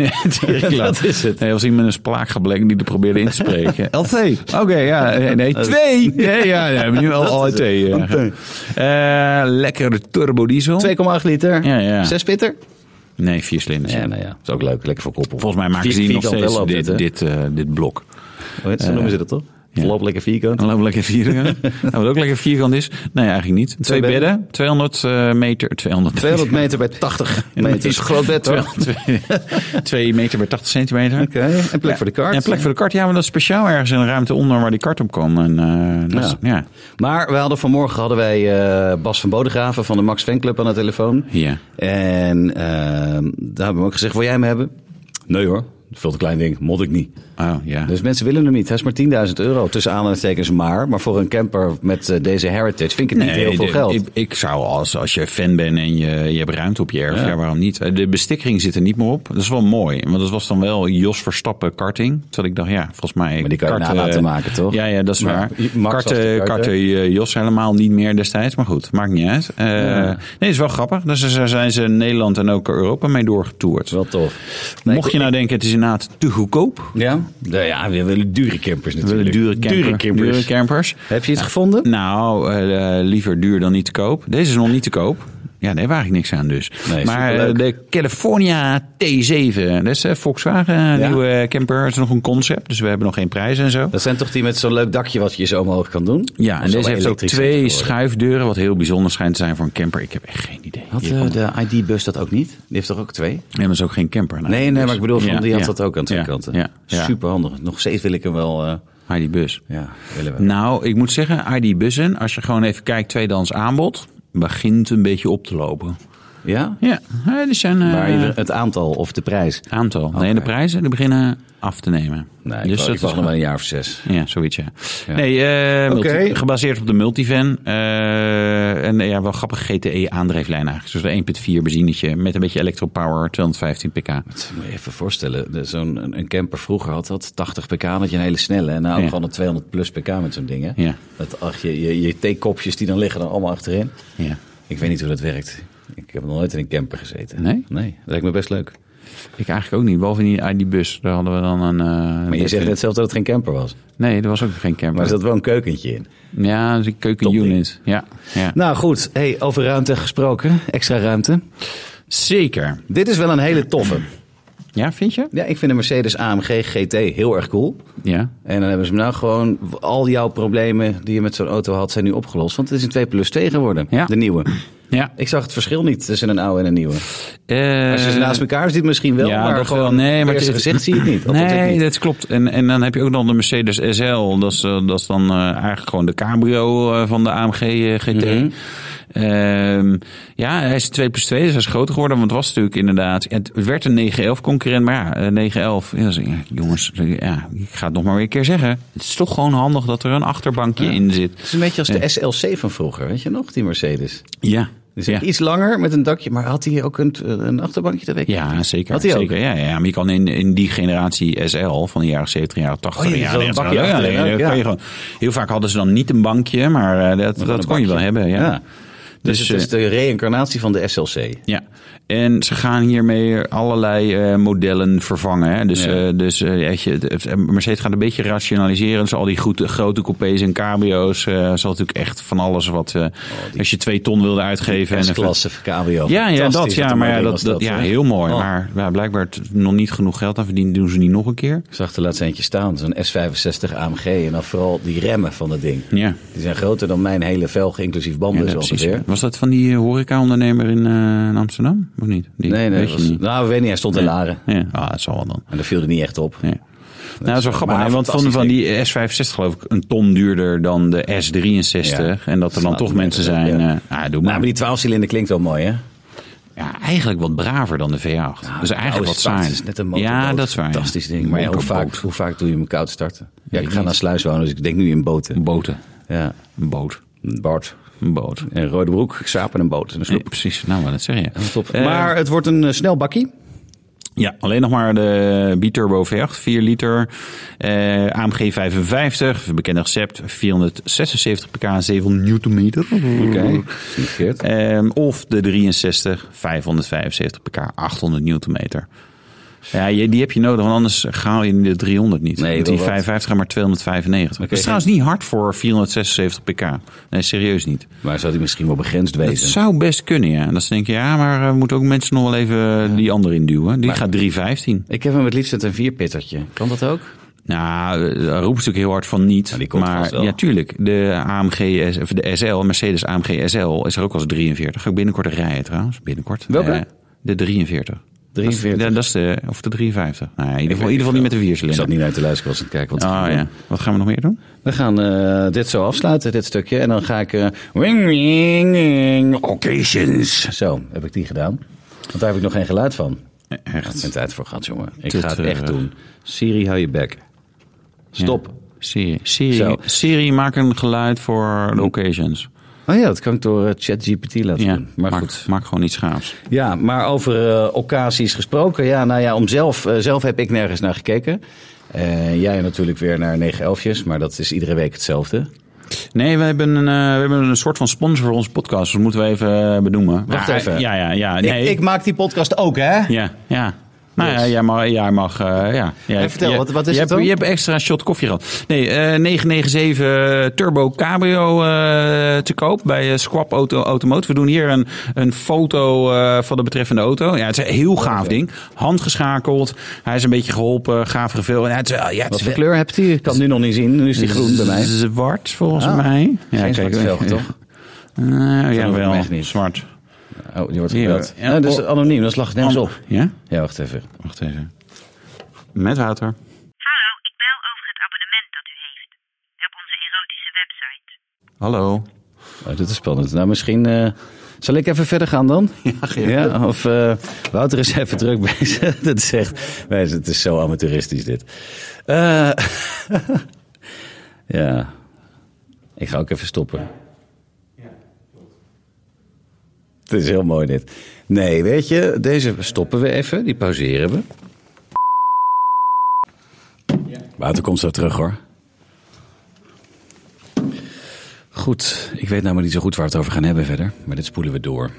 Speaker 2: Dat is het. Nee, als iemand een splaag gebleken die er probeerde in te spreken. LT. Oké, ja. eh, Nee, twee. Nee, ja, ja, nu al LT. ja. Eh, Lekkere turbo diesel.
Speaker 1: 2,8 liter.
Speaker 2: Ja, ja.
Speaker 1: 6 pitter.
Speaker 2: Nee, vier cilinders.
Speaker 1: Ja, nou ja. Dat is ook leuk. Lekker voor koppel.
Speaker 2: Volgens mij
Speaker 1: Vier-
Speaker 2: maken ze hier nog
Speaker 1: vierkant
Speaker 2: steeds
Speaker 1: wel loopt
Speaker 2: dit,
Speaker 1: het, hè?
Speaker 2: dit, eh, dit blok.
Speaker 1: Zo noemen ze dat toch? Voorlopig lekker vierkant.
Speaker 2: Dan lopen we lekker vierkant. nou, wat ook lekker vierkant is. Nee, eigenlijk niet. Twee,
Speaker 1: bedden.
Speaker 2: bedden. 200 eh, meter. 200
Speaker 1: 200 meter bij 80 meter. Dat is een groot bed hoor.
Speaker 2: 2 meter bij 80 centimeter.
Speaker 1: Oké, en plek voor de kart.
Speaker 2: Ja, plek voor de kart. Ja, maar dat is speciaal ergens in een ruimte onder waar die kart op kwam. En, eh, dat is-
Speaker 1: Ja.
Speaker 2: ja.
Speaker 1: Maar we hadden vanmorgen hadden wij eh, Bas van Bodegraven van de Max Fanclub aan de telefoon.
Speaker 2: Ja.
Speaker 1: En ehm, daar hebben we ook gezegd, wil jij hem hebben? Nee hoor, veel te klein ding, mot ik niet.
Speaker 2: Oh, ja.
Speaker 1: Dus mensen willen hem niet. Hij is maar 10.000 euro, tussen aanhalingstekens maar. Maar voor een camper met eh, deze heritage vind ik het niet heel veel
Speaker 2: de-
Speaker 1: geld.
Speaker 2: Ik, ik zou als, als je fan bent en je, je hebt ruimte op je erf, ja. waarom niet? De bestikkering zit er niet meer op. Dat is wel mooi. Want dat was dan wel Jos Verstappen karting. Terwijl ik dacht, ja, volgens mij...
Speaker 1: Maar die kan je
Speaker 2: karten-
Speaker 1: na laten maken, toch?
Speaker 2: Ja, ja, dat is
Speaker 1: Maar
Speaker 2: waar.
Speaker 1: Max was de
Speaker 2: Karten,
Speaker 1: kart,
Speaker 2: karten eh, Jos helemaal niet meer destijds. Maar goed, maakt niet uit. Eh, Nee, is wel grappig. Dus daar zijn ze in Nederland en ook Europa mee doorgetoerd.
Speaker 1: Wel tof. Nee,
Speaker 2: Mocht je nou denken, het is inderdaad te goedkoop.
Speaker 1: Ja? Nou ja, we willen dure campers
Speaker 2: We
Speaker 1: natuurlijk.
Speaker 2: willen dure, camper,
Speaker 1: Dure campers.
Speaker 2: dure campers.
Speaker 1: Heb je het gevonden?
Speaker 2: Nou, eh, eh, liever duur dan niet te koop. Deze is nog niet te koop. Ja, daar waar ik niks aan dus.
Speaker 1: Nee,
Speaker 2: maar eh,
Speaker 1: superleuk.
Speaker 2: de California T7, dat is eh, Volkswagen, eh,
Speaker 1: Ja.
Speaker 2: nieuwe camper. Het is nog een concept, dus we hebben nog geen prijs en zo.
Speaker 1: Dat zijn toch die met zo'n leuk dakje wat je zo omhoog kan doen?
Speaker 2: Ja, en
Speaker 1: Of
Speaker 2: deze
Speaker 1: zal
Speaker 2: heeft ook
Speaker 1: elektrisch
Speaker 2: twee
Speaker 1: zijn geworden?
Speaker 2: schuifdeuren, wat heel bijzonder schijnt te zijn voor een camper. Ik heb echt geen idee.
Speaker 1: Had
Speaker 2: Hier komt-
Speaker 1: eh, de ID-bus dat ook niet? Die heeft toch ook twee?
Speaker 2: Nee, maar dat is ook geen camper. nou,
Speaker 1: Nee, nee,
Speaker 2: dus-
Speaker 1: maar ik bedoel, van,
Speaker 2: Ja,
Speaker 1: die had
Speaker 2: ja,
Speaker 1: dat ook aan twee
Speaker 2: ja,
Speaker 1: kanten.
Speaker 2: Ja, ja.
Speaker 1: Super handig. Nog steeds wil ik hem wel. eh,
Speaker 2: Maar die bus.
Speaker 1: ja, willen we.
Speaker 2: Nou, ik moet zeggen, ID bussen, als je gewoon even kijkt, tweedehands aanbod, begint een beetje op te lopen.
Speaker 1: Ja?
Speaker 2: Ja, hè, die zijn... eh,
Speaker 1: Maar ieder- het aantal of de prijs?
Speaker 2: Aantal. Nee, de prijzen die beginnen af te nemen. Dus
Speaker 1: Nee, ik wacht- ik wacht nog
Speaker 2: gewoon-
Speaker 1: maar een jaar of zes.
Speaker 2: Ja, zoiets, ja. Nee, eh, multi-
Speaker 1: Oké.
Speaker 2: gebaseerd op de multivan. eh, en eh, ja, wel grappig GTE-aandrijflijn eigenlijk. Dus een 1.4 benzinetje met een beetje electropower, 215 pk.
Speaker 1: Dat moet je even voorstellen. de- Zo'n een, een camper vroeger had dat 80 pk, dat je een hele snelle. En nou
Speaker 2: Ja.
Speaker 1: gewoon een 200 plus pk met zo'n ding. Hè?
Speaker 2: Ja.
Speaker 1: Dat, ach, je, je, je theekopjes die dan liggen dan allemaal achterin.
Speaker 2: Ja.
Speaker 1: Ik weet niet hoe dat werkt. Ik heb nog nooit in een camper gezeten.
Speaker 2: Nee?
Speaker 1: Nee, dat lijkt me best leuk.
Speaker 2: Ik eigenlijk ook niet, behalve in die, in die bus. Daar hadden we dan een... eh,
Speaker 1: Maar je zegt
Speaker 2: een-
Speaker 1: net zelf dat het geen camper was.
Speaker 2: Nee, er was ook geen
Speaker 1: Maar
Speaker 2: camper.
Speaker 1: er zat wel een keukentje in.
Speaker 2: Ja, de keukenunit. Ja, ja.
Speaker 1: Nou goed, hey, over ruimte gesproken. Extra ruimte.
Speaker 2: Zeker.
Speaker 1: Dit is wel een hele toffe.
Speaker 2: Ja, vind je?
Speaker 1: Ja, ik vind de Mercedes AMG GT heel erg cool.
Speaker 2: Ja.
Speaker 1: En dan hebben ze hem nou gewoon... Al jouw problemen die je met zo'n auto had, zijn nu opgelost. Want het is een 2 plus 2 geworden,
Speaker 2: Ja.
Speaker 1: de nieuwe.
Speaker 2: Ja.
Speaker 1: Ik zag het verschil niet tussen een oude en een nieuwe.
Speaker 2: Eh,
Speaker 1: Als je ze naast elkaar ziet misschien wel,
Speaker 2: ja,
Speaker 1: maar
Speaker 2: dat
Speaker 1: gewoon
Speaker 2: wel. Nee, maar
Speaker 1: op het
Speaker 2: het-
Speaker 1: eerste gezicht zie je het niet. Althans, ik
Speaker 2: Nee,
Speaker 1: niet.
Speaker 2: dat klopt. En, en dan heb je ook nog de Mercedes SL. Dat is, eh, dat is dan eh, eigenlijk gewoon de cabrio eh, van de AMG eh, GT. Ehm, ja, hij is 2 plus 2, dus hij is groter geworden. Want het was natuurlijk inderdaad... Het werd een 9-11 concurrent, maar ja, eh, 9-11. Ja, dus, ja, jongens, ja, ik ga het nog maar weer een keer zeggen. Het is toch gewoon handig dat er een achterbankje in
Speaker 1: Het
Speaker 2: zit.
Speaker 1: is een beetje als de
Speaker 2: Ja.
Speaker 1: SLC van vroeger, weet je nog, die Mercedes.
Speaker 2: Ja,
Speaker 1: Dus
Speaker 2: ja.
Speaker 1: iets langer met een dakje, maar had hij ook een, een achterbankje? Dat weet ik
Speaker 2: Ja, zeker.
Speaker 1: Had hij ook?
Speaker 2: zeker. Ja, ja, maar je kan in, in die generatie SL van de jaren 70, jaren 80,
Speaker 1: Oh, ja,
Speaker 2: jaren
Speaker 1: zo'n
Speaker 2: 90,
Speaker 1: bakje
Speaker 2: ja,
Speaker 1: achterin
Speaker 2: nee,
Speaker 1: ook,
Speaker 2: dat
Speaker 1: ja.
Speaker 2: kon je gewoon. Heel vaak hadden ze dan niet een bankje, maar eh, dat,
Speaker 1: een
Speaker 2: dat kon je wel
Speaker 1: bakje.
Speaker 2: hebben. Ja.
Speaker 1: Ja.
Speaker 2: Dus,
Speaker 1: Dus, het is
Speaker 2: eh,
Speaker 1: de reïncarnatie van de SLC.
Speaker 2: ja, en ze gaan hiermee allerlei eh, modellen vervangen. Hè? Dus,
Speaker 1: Ja.
Speaker 2: eh, dus eh, weet je, het- het- Mercedes gaat een beetje rationaliseren. Dus al die goede, grote coupés en cabrio's. eh ze had natuurlijk echt van alles wat. eh,
Speaker 1: Oh, die-
Speaker 2: als je twee ton wilde uitgeven. en even-
Speaker 1: S-klasse KBO.
Speaker 2: ja, ja, dat,
Speaker 1: Fantastisch,
Speaker 2: ja,
Speaker 1: een
Speaker 2: maar ja,
Speaker 1: ding
Speaker 2: dat,
Speaker 1: was
Speaker 2: dat, ja,
Speaker 1: hè?
Speaker 2: heel mooi.
Speaker 1: Oh.
Speaker 2: Maar ja, blijkbaar het nog niet genoeg geld aan verdienen, doen ze niet nog een keer.
Speaker 1: Ik zag er laatst eentje staan, zo'n S65 AMG. En dan vooral die remmen van dat ding.
Speaker 2: Ja.
Speaker 1: Die zijn groter dan mijn hele velg, inclusief banden
Speaker 2: Ja,
Speaker 1: zo
Speaker 2: precies.
Speaker 1: ongeveer.
Speaker 2: Was dat van die eh, horeca-ondernemer in, eh, in Amsterdam? Of niet? Die,
Speaker 1: Nee, nee,
Speaker 2: weet
Speaker 1: dat was-
Speaker 2: je niet.
Speaker 1: nou, we weten niet, hij stond in Laren.
Speaker 2: Ja, ah, dat zal wel dan.
Speaker 1: En dat viel er niet echt op.
Speaker 2: Ja. nou, dat is wel grappig.
Speaker 1: maar
Speaker 2: hè, want van,
Speaker 1: fantastisch
Speaker 2: van die S65 geloof ik een ton duurder dan de S63.
Speaker 1: Ja.
Speaker 2: En dat er dan
Speaker 1: Slaat
Speaker 2: toch
Speaker 1: me
Speaker 2: mensen
Speaker 1: nergens
Speaker 2: zijn.
Speaker 1: op, ja.
Speaker 2: eh, ah, doe
Speaker 1: Nou,
Speaker 2: maar.
Speaker 1: maar die 12 cilinder klinkt wel mooi, hè?
Speaker 2: Ja, eigenlijk wat braver dan de V8. dus eigenlijk
Speaker 1: Oude
Speaker 2: wat
Speaker 1: staat, Het Nou,
Speaker 2: saai.
Speaker 1: oh, is net een motorboot.
Speaker 2: ja, dat is waar. ja.
Speaker 1: Fantastisch ding. Maar ja, hoe,
Speaker 2: Motorboot.
Speaker 1: vaak, hoe vaak doe je hem koud starten? Ja,
Speaker 2: Weet
Speaker 1: ik
Speaker 2: ik
Speaker 1: ga
Speaker 2: niet.
Speaker 1: naar Sluis wonen, dus ik denk nu in boten.
Speaker 2: Boten.
Speaker 1: Ja,
Speaker 2: Een boot.
Speaker 1: Bart.
Speaker 2: Een boot.
Speaker 1: En rode broek, ik slaap in een boot. En een
Speaker 2: Nee,
Speaker 1: sloep.
Speaker 2: precies. Nou, maar dat zeg je.
Speaker 1: Top.
Speaker 2: Eh,
Speaker 1: maar het wordt een eh, snel bakkie.
Speaker 2: Ja, alleen nog maar de Biturbo V8, 4 liter. eh, AMG 55, bekende recept, 476 pk, 7 newtonmeter.
Speaker 1: Oké.
Speaker 2: Ehm, of de 63, 575 pk, 800 newtonmeter. Ja, je- die heb je nodig, want anders haal je de 300 niet.
Speaker 1: Nee,
Speaker 2: Want
Speaker 1: wel
Speaker 2: die
Speaker 1: wat.
Speaker 2: 55 maar 295. Dat is
Speaker 1: Oké.
Speaker 2: trouwens niet hard voor 476 pk. Nee, serieus niet.
Speaker 1: Maar zou die misschien wel begrensd
Speaker 2: Het
Speaker 1: wezen?
Speaker 2: zou best kunnen, ja. En dan denk je, ja, maar eh, we moeten ook mensen nog wel even eh, die andere induwen. Die gaat 315.
Speaker 1: Ik heb hem het liefst met een vierpittertje. Kan dat ook?
Speaker 2: Nou, daar roepen ze ook heel hard van niet.
Speaker 1: Maar die komt vast wel.
Speaker 2: ja, tuurlijk. De AMG, S- of de SL, Mercedes AMG SL is er ook als 43. Ga ik binnenkort rijden trouwens. Binnenkort.
Speaker 1: Welke?
Speaker 2: Eh, de 43.
Speaker 1: 43.
Speaker 2: Dat is, dat is de, of de 53. Nou ja, in ieder
Speaker 1: weet
Speaker 2: geval, in ieder geval niet
Speaker 1: niet
Speaker 2: met de
Speaker 1: Ik zat
Speaker 2: viercilinder.
Speaker 1: niet naar te luisteren als ik kijk. Wat
Speaker 2: Oh ja. Wat gaan we nog meer doen?
Speaker 1: We gaan eh, dit zo afsluiten, dit stukje. En dan ga ik... eh, wing, wing, wing, occasions. Zo, heb ik die gedaan. Want daar heb ik nog geen geluid van.
Speaker 2: Eh,
Speaker 1: Echt. Geen tijd voor gehad, jongen. Ik
Speaker 2: Te
Speaker 1: ga het echt
Speaker 2: treurig.
Speaker 1: doen. Siri, hou je bek. Stop.
Speaker 2: Siri.
Speaker 1: Zo. Hm.
Speaker 2: Siri, Siri, maak een geluid voor de occasions.
Speaker 1: Oh ja, dat kan ik door eh, ChatGPT laten
Speaker 2: Ja,
Speaker 1: doen. Maar
Speaker 2: maak,
Speaker 1: goed.
Speaker 2: maak gewoon iets gaafs.
Speaker 1: Ja, maar over eh occasies gesproken. Ja, nou ja, om zelf, eh, zelf heb ik nergens naar gekeken. Eh, jij natuurlijk weer naar 9-11, maar dat is iedere week hetzelfde.
Speaker 2: Nee, we hebben, een, eh, we hebben een soort van sponsor voor onze podcast. dus Dat moeten we even eh, benoemen.
Speaker 1: Wacht
Speaker 2: Ja,
Speaker 1: even.
Speaker 2: Ja, ja, ja. Nee.
Speaker 1: Ik, ik maak die podcast ook, hè?
Speaker 2: Ja, ja. Nou
Speaker 1: Dus.
Speaker 2: ja, jij mag. Jij mag eh, ja. Jij-
Speaker 1: vertel,
Speaker 2: jij-
Speaker 1: wat- wat is
Speaker 2: je
Speaker 1: het
Speaker 2: hebt,
Speaker 1: dan?
Speaker 2: Je hebt extra shot koffie gehad. Nee, eh 997 eh, Turbo Cabrio eh, te koop bij eh, Squab Auto Automotive. We doen hier een, een foto eh, van de betreffende auto. Ja, het is een heel gaaf ding. Handgeschakeld. Hij is een beetje geholpen. Gaaf geveel. En het, is- ja, het
Speaker 1: Wat
Speaker 2: is
Speaker 1: voor kleur hebt hij? Ik kan het nu nog niet zien. Nu is die groen bij mij.
Speaker 2: Zwart volgens
Speaker 1: Ah,
Speaker 2: mij. Ja,
Speaker 1: geen zwart velg,
Speaker 2: eh,
Speaker 1: toch?
Speaker 2: eh, ja,
Speaker 1: hoef ik
Speaker 2: wel.
Speaker 1: echt niet.
Speaker 2: Zwart.
Speaker 1: Oh, die wordt
Speaker 2: Hier,
Speaker 1: gebeld.
Speaker 2: ja.
Speaker 1: Nou, dat is anoniem, dat slag nergens op.
Speaker 2: Ja?
Speaker 1: Ja, wacht even.
Speaker 2: Wacht even. Met water.
Speaker 4: Hallo, ik bel over het abonnement dat u heeft. Op onze erotische website.
Speaker 2: Hallo.
Speaker 1: Oh, dit is spannend. Nou, misschien... eh, zal ik even verder gaan dan? Ja, of eh, Wouter is even druk bezig. dat is echt... Wij- Het is zo amateuristisch dit. Eh, ja. Ik ga ook even stoppen. Het is heel mooi dit. Nee, weet je, deze stoppen we even. Die pauzeren we. Wouter komt zo terug hoor. Goed, ik weet namelijk niet zo goed waar we het over gaan hebben verder. Maar dit spoelen we door.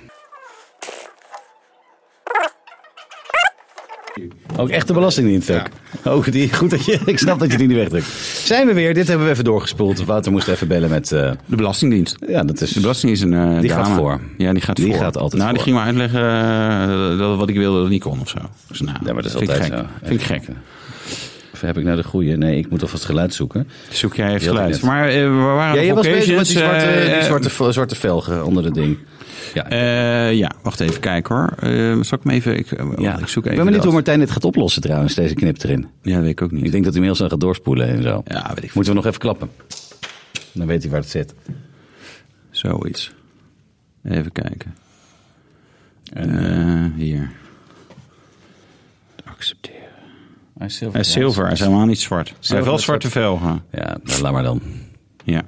Speaker 1: Ook echt de belastingdienst ook. Oh, die, goed dat je... Ik snap dat je die niet wegdrukt. Zijn we weer. Dit hebben we even doorgespoeld. Wouter moest even bellen met... eh,
Speaker 2: De Belastingdienst.
Speaker 1: ja, dat is...
Speaker 2: De belasting is een eh,
Speaker 1: Die
Speaker 2: drama.
Speaker 1: gaat voor.
Speaker 2: Ja, die gaat
Speaker 1: Die
Speaker 2: voor.
Speaker 1: gaat altijd
Speaker 2: nou, die
Speaker 1: voor.
Speaker 2: ging maar uitleggen eh, dat wat ik wilde dat niet kon of zo. Dus, nou,
Speaker 1: Ja, maar dat is
Speaker 2: vind ik
Speaker 1: altijd
Speaker 2: gek.
Speaker 1: zo.
Speaker 2: Vind ik gek.
Speaker 1: Of heb ik nou de goede? Nee, ik moet alvast geluid
Speaker 2: Ah,
Speaker 1: zoeken.
Speaker 2: Dus Zoek jij even
Speaker 1: Die had ik
Speaker 2: geluid.
Speaker 1: net.
Speaker 2: Maar eh, we waren
Speaker 1: Ja,
Speaker 2: op
Speaker 1: je was bezig met
Speaker 2: occasions,
Speaker 1: die zwarte,
Speaker 2: eh,
Speaker 1: die
Speaker 2: eh,
Speaker 1: zwarte, zwarte velgen onder het ding. Ja,
Speaker 2: eh, ja, wacht even kijken hoor. Eh, zal ik hem even... Ik, eh,
Speaker 1: ja. Ik
Speaker 2: ik zoek even
Speaker 1: ben benieuwd
Speaker 2: dat.
Speaker 1: hoe Martijn dit gaat oplossen trouwens, deze knip erin.
Speaker 2: Ja, dat weet ik ook niet.
Speaker 1: Ik denk dat hij hem heel snel gaat doorspoelen en zo.
Speaker 2: Ja, weet ik
Speaker 1: Moeten we nog even klappen. Dan weet hij waar het zit.
Speaker 2: Zoiets. Even kijken.
Speaker 1: En,
Speaker 2: Eh, hier. Accepteren.
Speaker 1: Hij is zilver.
Speaker 2: Hij is zilver, hij is helemaal niet zwart. Hij heeft wel
Speaker 1: is
Speaker 2: zwarte velgen.
Speaker 1: Ja, nou, laat maar dan.
Speaker 2: Ja.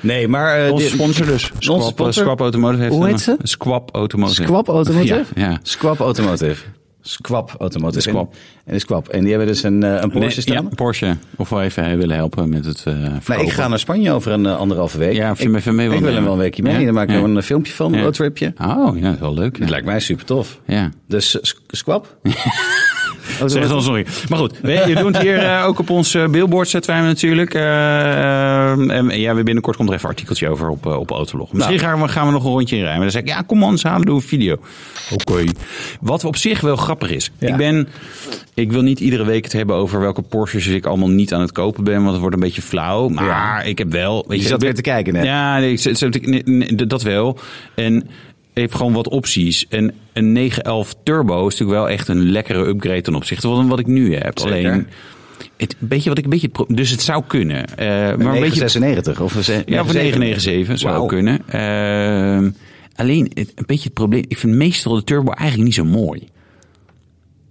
Speaker 1: Nee, maar... eh,
Speaker 2: Onze
Speaker 1: dit-
Speaker 2: sponsor dus. Squab,
Speaker 1: sponsor?
Speaker 2: Squab Automotive heeft
Speaker 1: Hoe
Speaker 2: een- eh,
Speaker 1: heet ze?
Speaker 2: Squab Automotive.
Speaker 1: Squab Automotive?
Speaker 2: Ja, ja.
Speaker 1: Squab Automotive. Squab Automotive.
Speaker 2: De Squab.
Speaker 1: En, en de Squab. En die hebben dus een, eh, een Porsche
Speaker 2: Nee,
Speaker 1: staan.
Speaker 2: Ja, Porsche. Of wel even hij willen helpen met het eh verkopen.
Speaker 1: Nou, ik ga naar Spanje over een eh, anderhalve week.
Speaker 2: Ja, of je
Speaker 1: ik,
Speaker 2: hem even mee wil
Speaker 1: Ik wil hem
Speaker 2: nemen.
Speaker 1: wel een weekje mee.
Speaker 2: Ja?
Speaker 1: Dan maak ik
Speaker 2: Ja.
Speaker 1: gewoon een eh, filmpje van, een
Speaker 2: Ja.
Speaker 1: roadtripje.
Speaker 2: Oh, ja, dat is wel leuk. Ja.
Speaker 1: Dat lijkt mij super tof.
Speaker 2: Ja.
Speaker 1: Dus eh, s- Squab?
Speaker 2: Zeg dan sorry. Maar goed, we, je doet hier eh, ook op ons eh, billboard zetten wij hem natuurlijk. Eh, eh, en ja, we binnenkort komt er even een artikeltje over op, eh, op
Speaker 1: Nou.
Speaker 2: Autolog. Misschien gaan, we, gaan we nog een rondje in rijden. Maar dan zeg ik, ja, kom ons samen doen een video. Oké. Wat op zich wel grappig is.
Speaker 1: Ja.
Speaker 2: Ik ben, ik wil niet iedere week het hebben over welke Porsches ik allemaal niet aan het kopen ben. Want het wordt een beetje flauw. Maar
Speaker 1: Ja.
Speaker 2: ik heb wel... Weet
Speaker 1: Je zat
Speaker 2: ik ben-
Speaker 1: weer te kijken net.
Speaker 2: Ja, nee, ik zit- zit- nee, nee, d- dat wel. En heeft gewoon wat opties. En een 911 Turbo is natuurlijk wel echt een lekkere upgrade ten opzichte van wat ik nu heb.
Speaker 1: Zeker.
Speaker 2: Alleen, het, beetje wat ik een beetje. pro- Dus het zou kunnen. Eh, maar een beetje.
Speaker 1: 96 of een
Speaker 2: Ja, voor 997 zou
Speaker 1: Wauw.
Speaker 2: kunnen. Ehm, alleen, het, een beetje het probleem. Ik vind meestal de Turbo eigenlijk niet zo mooi.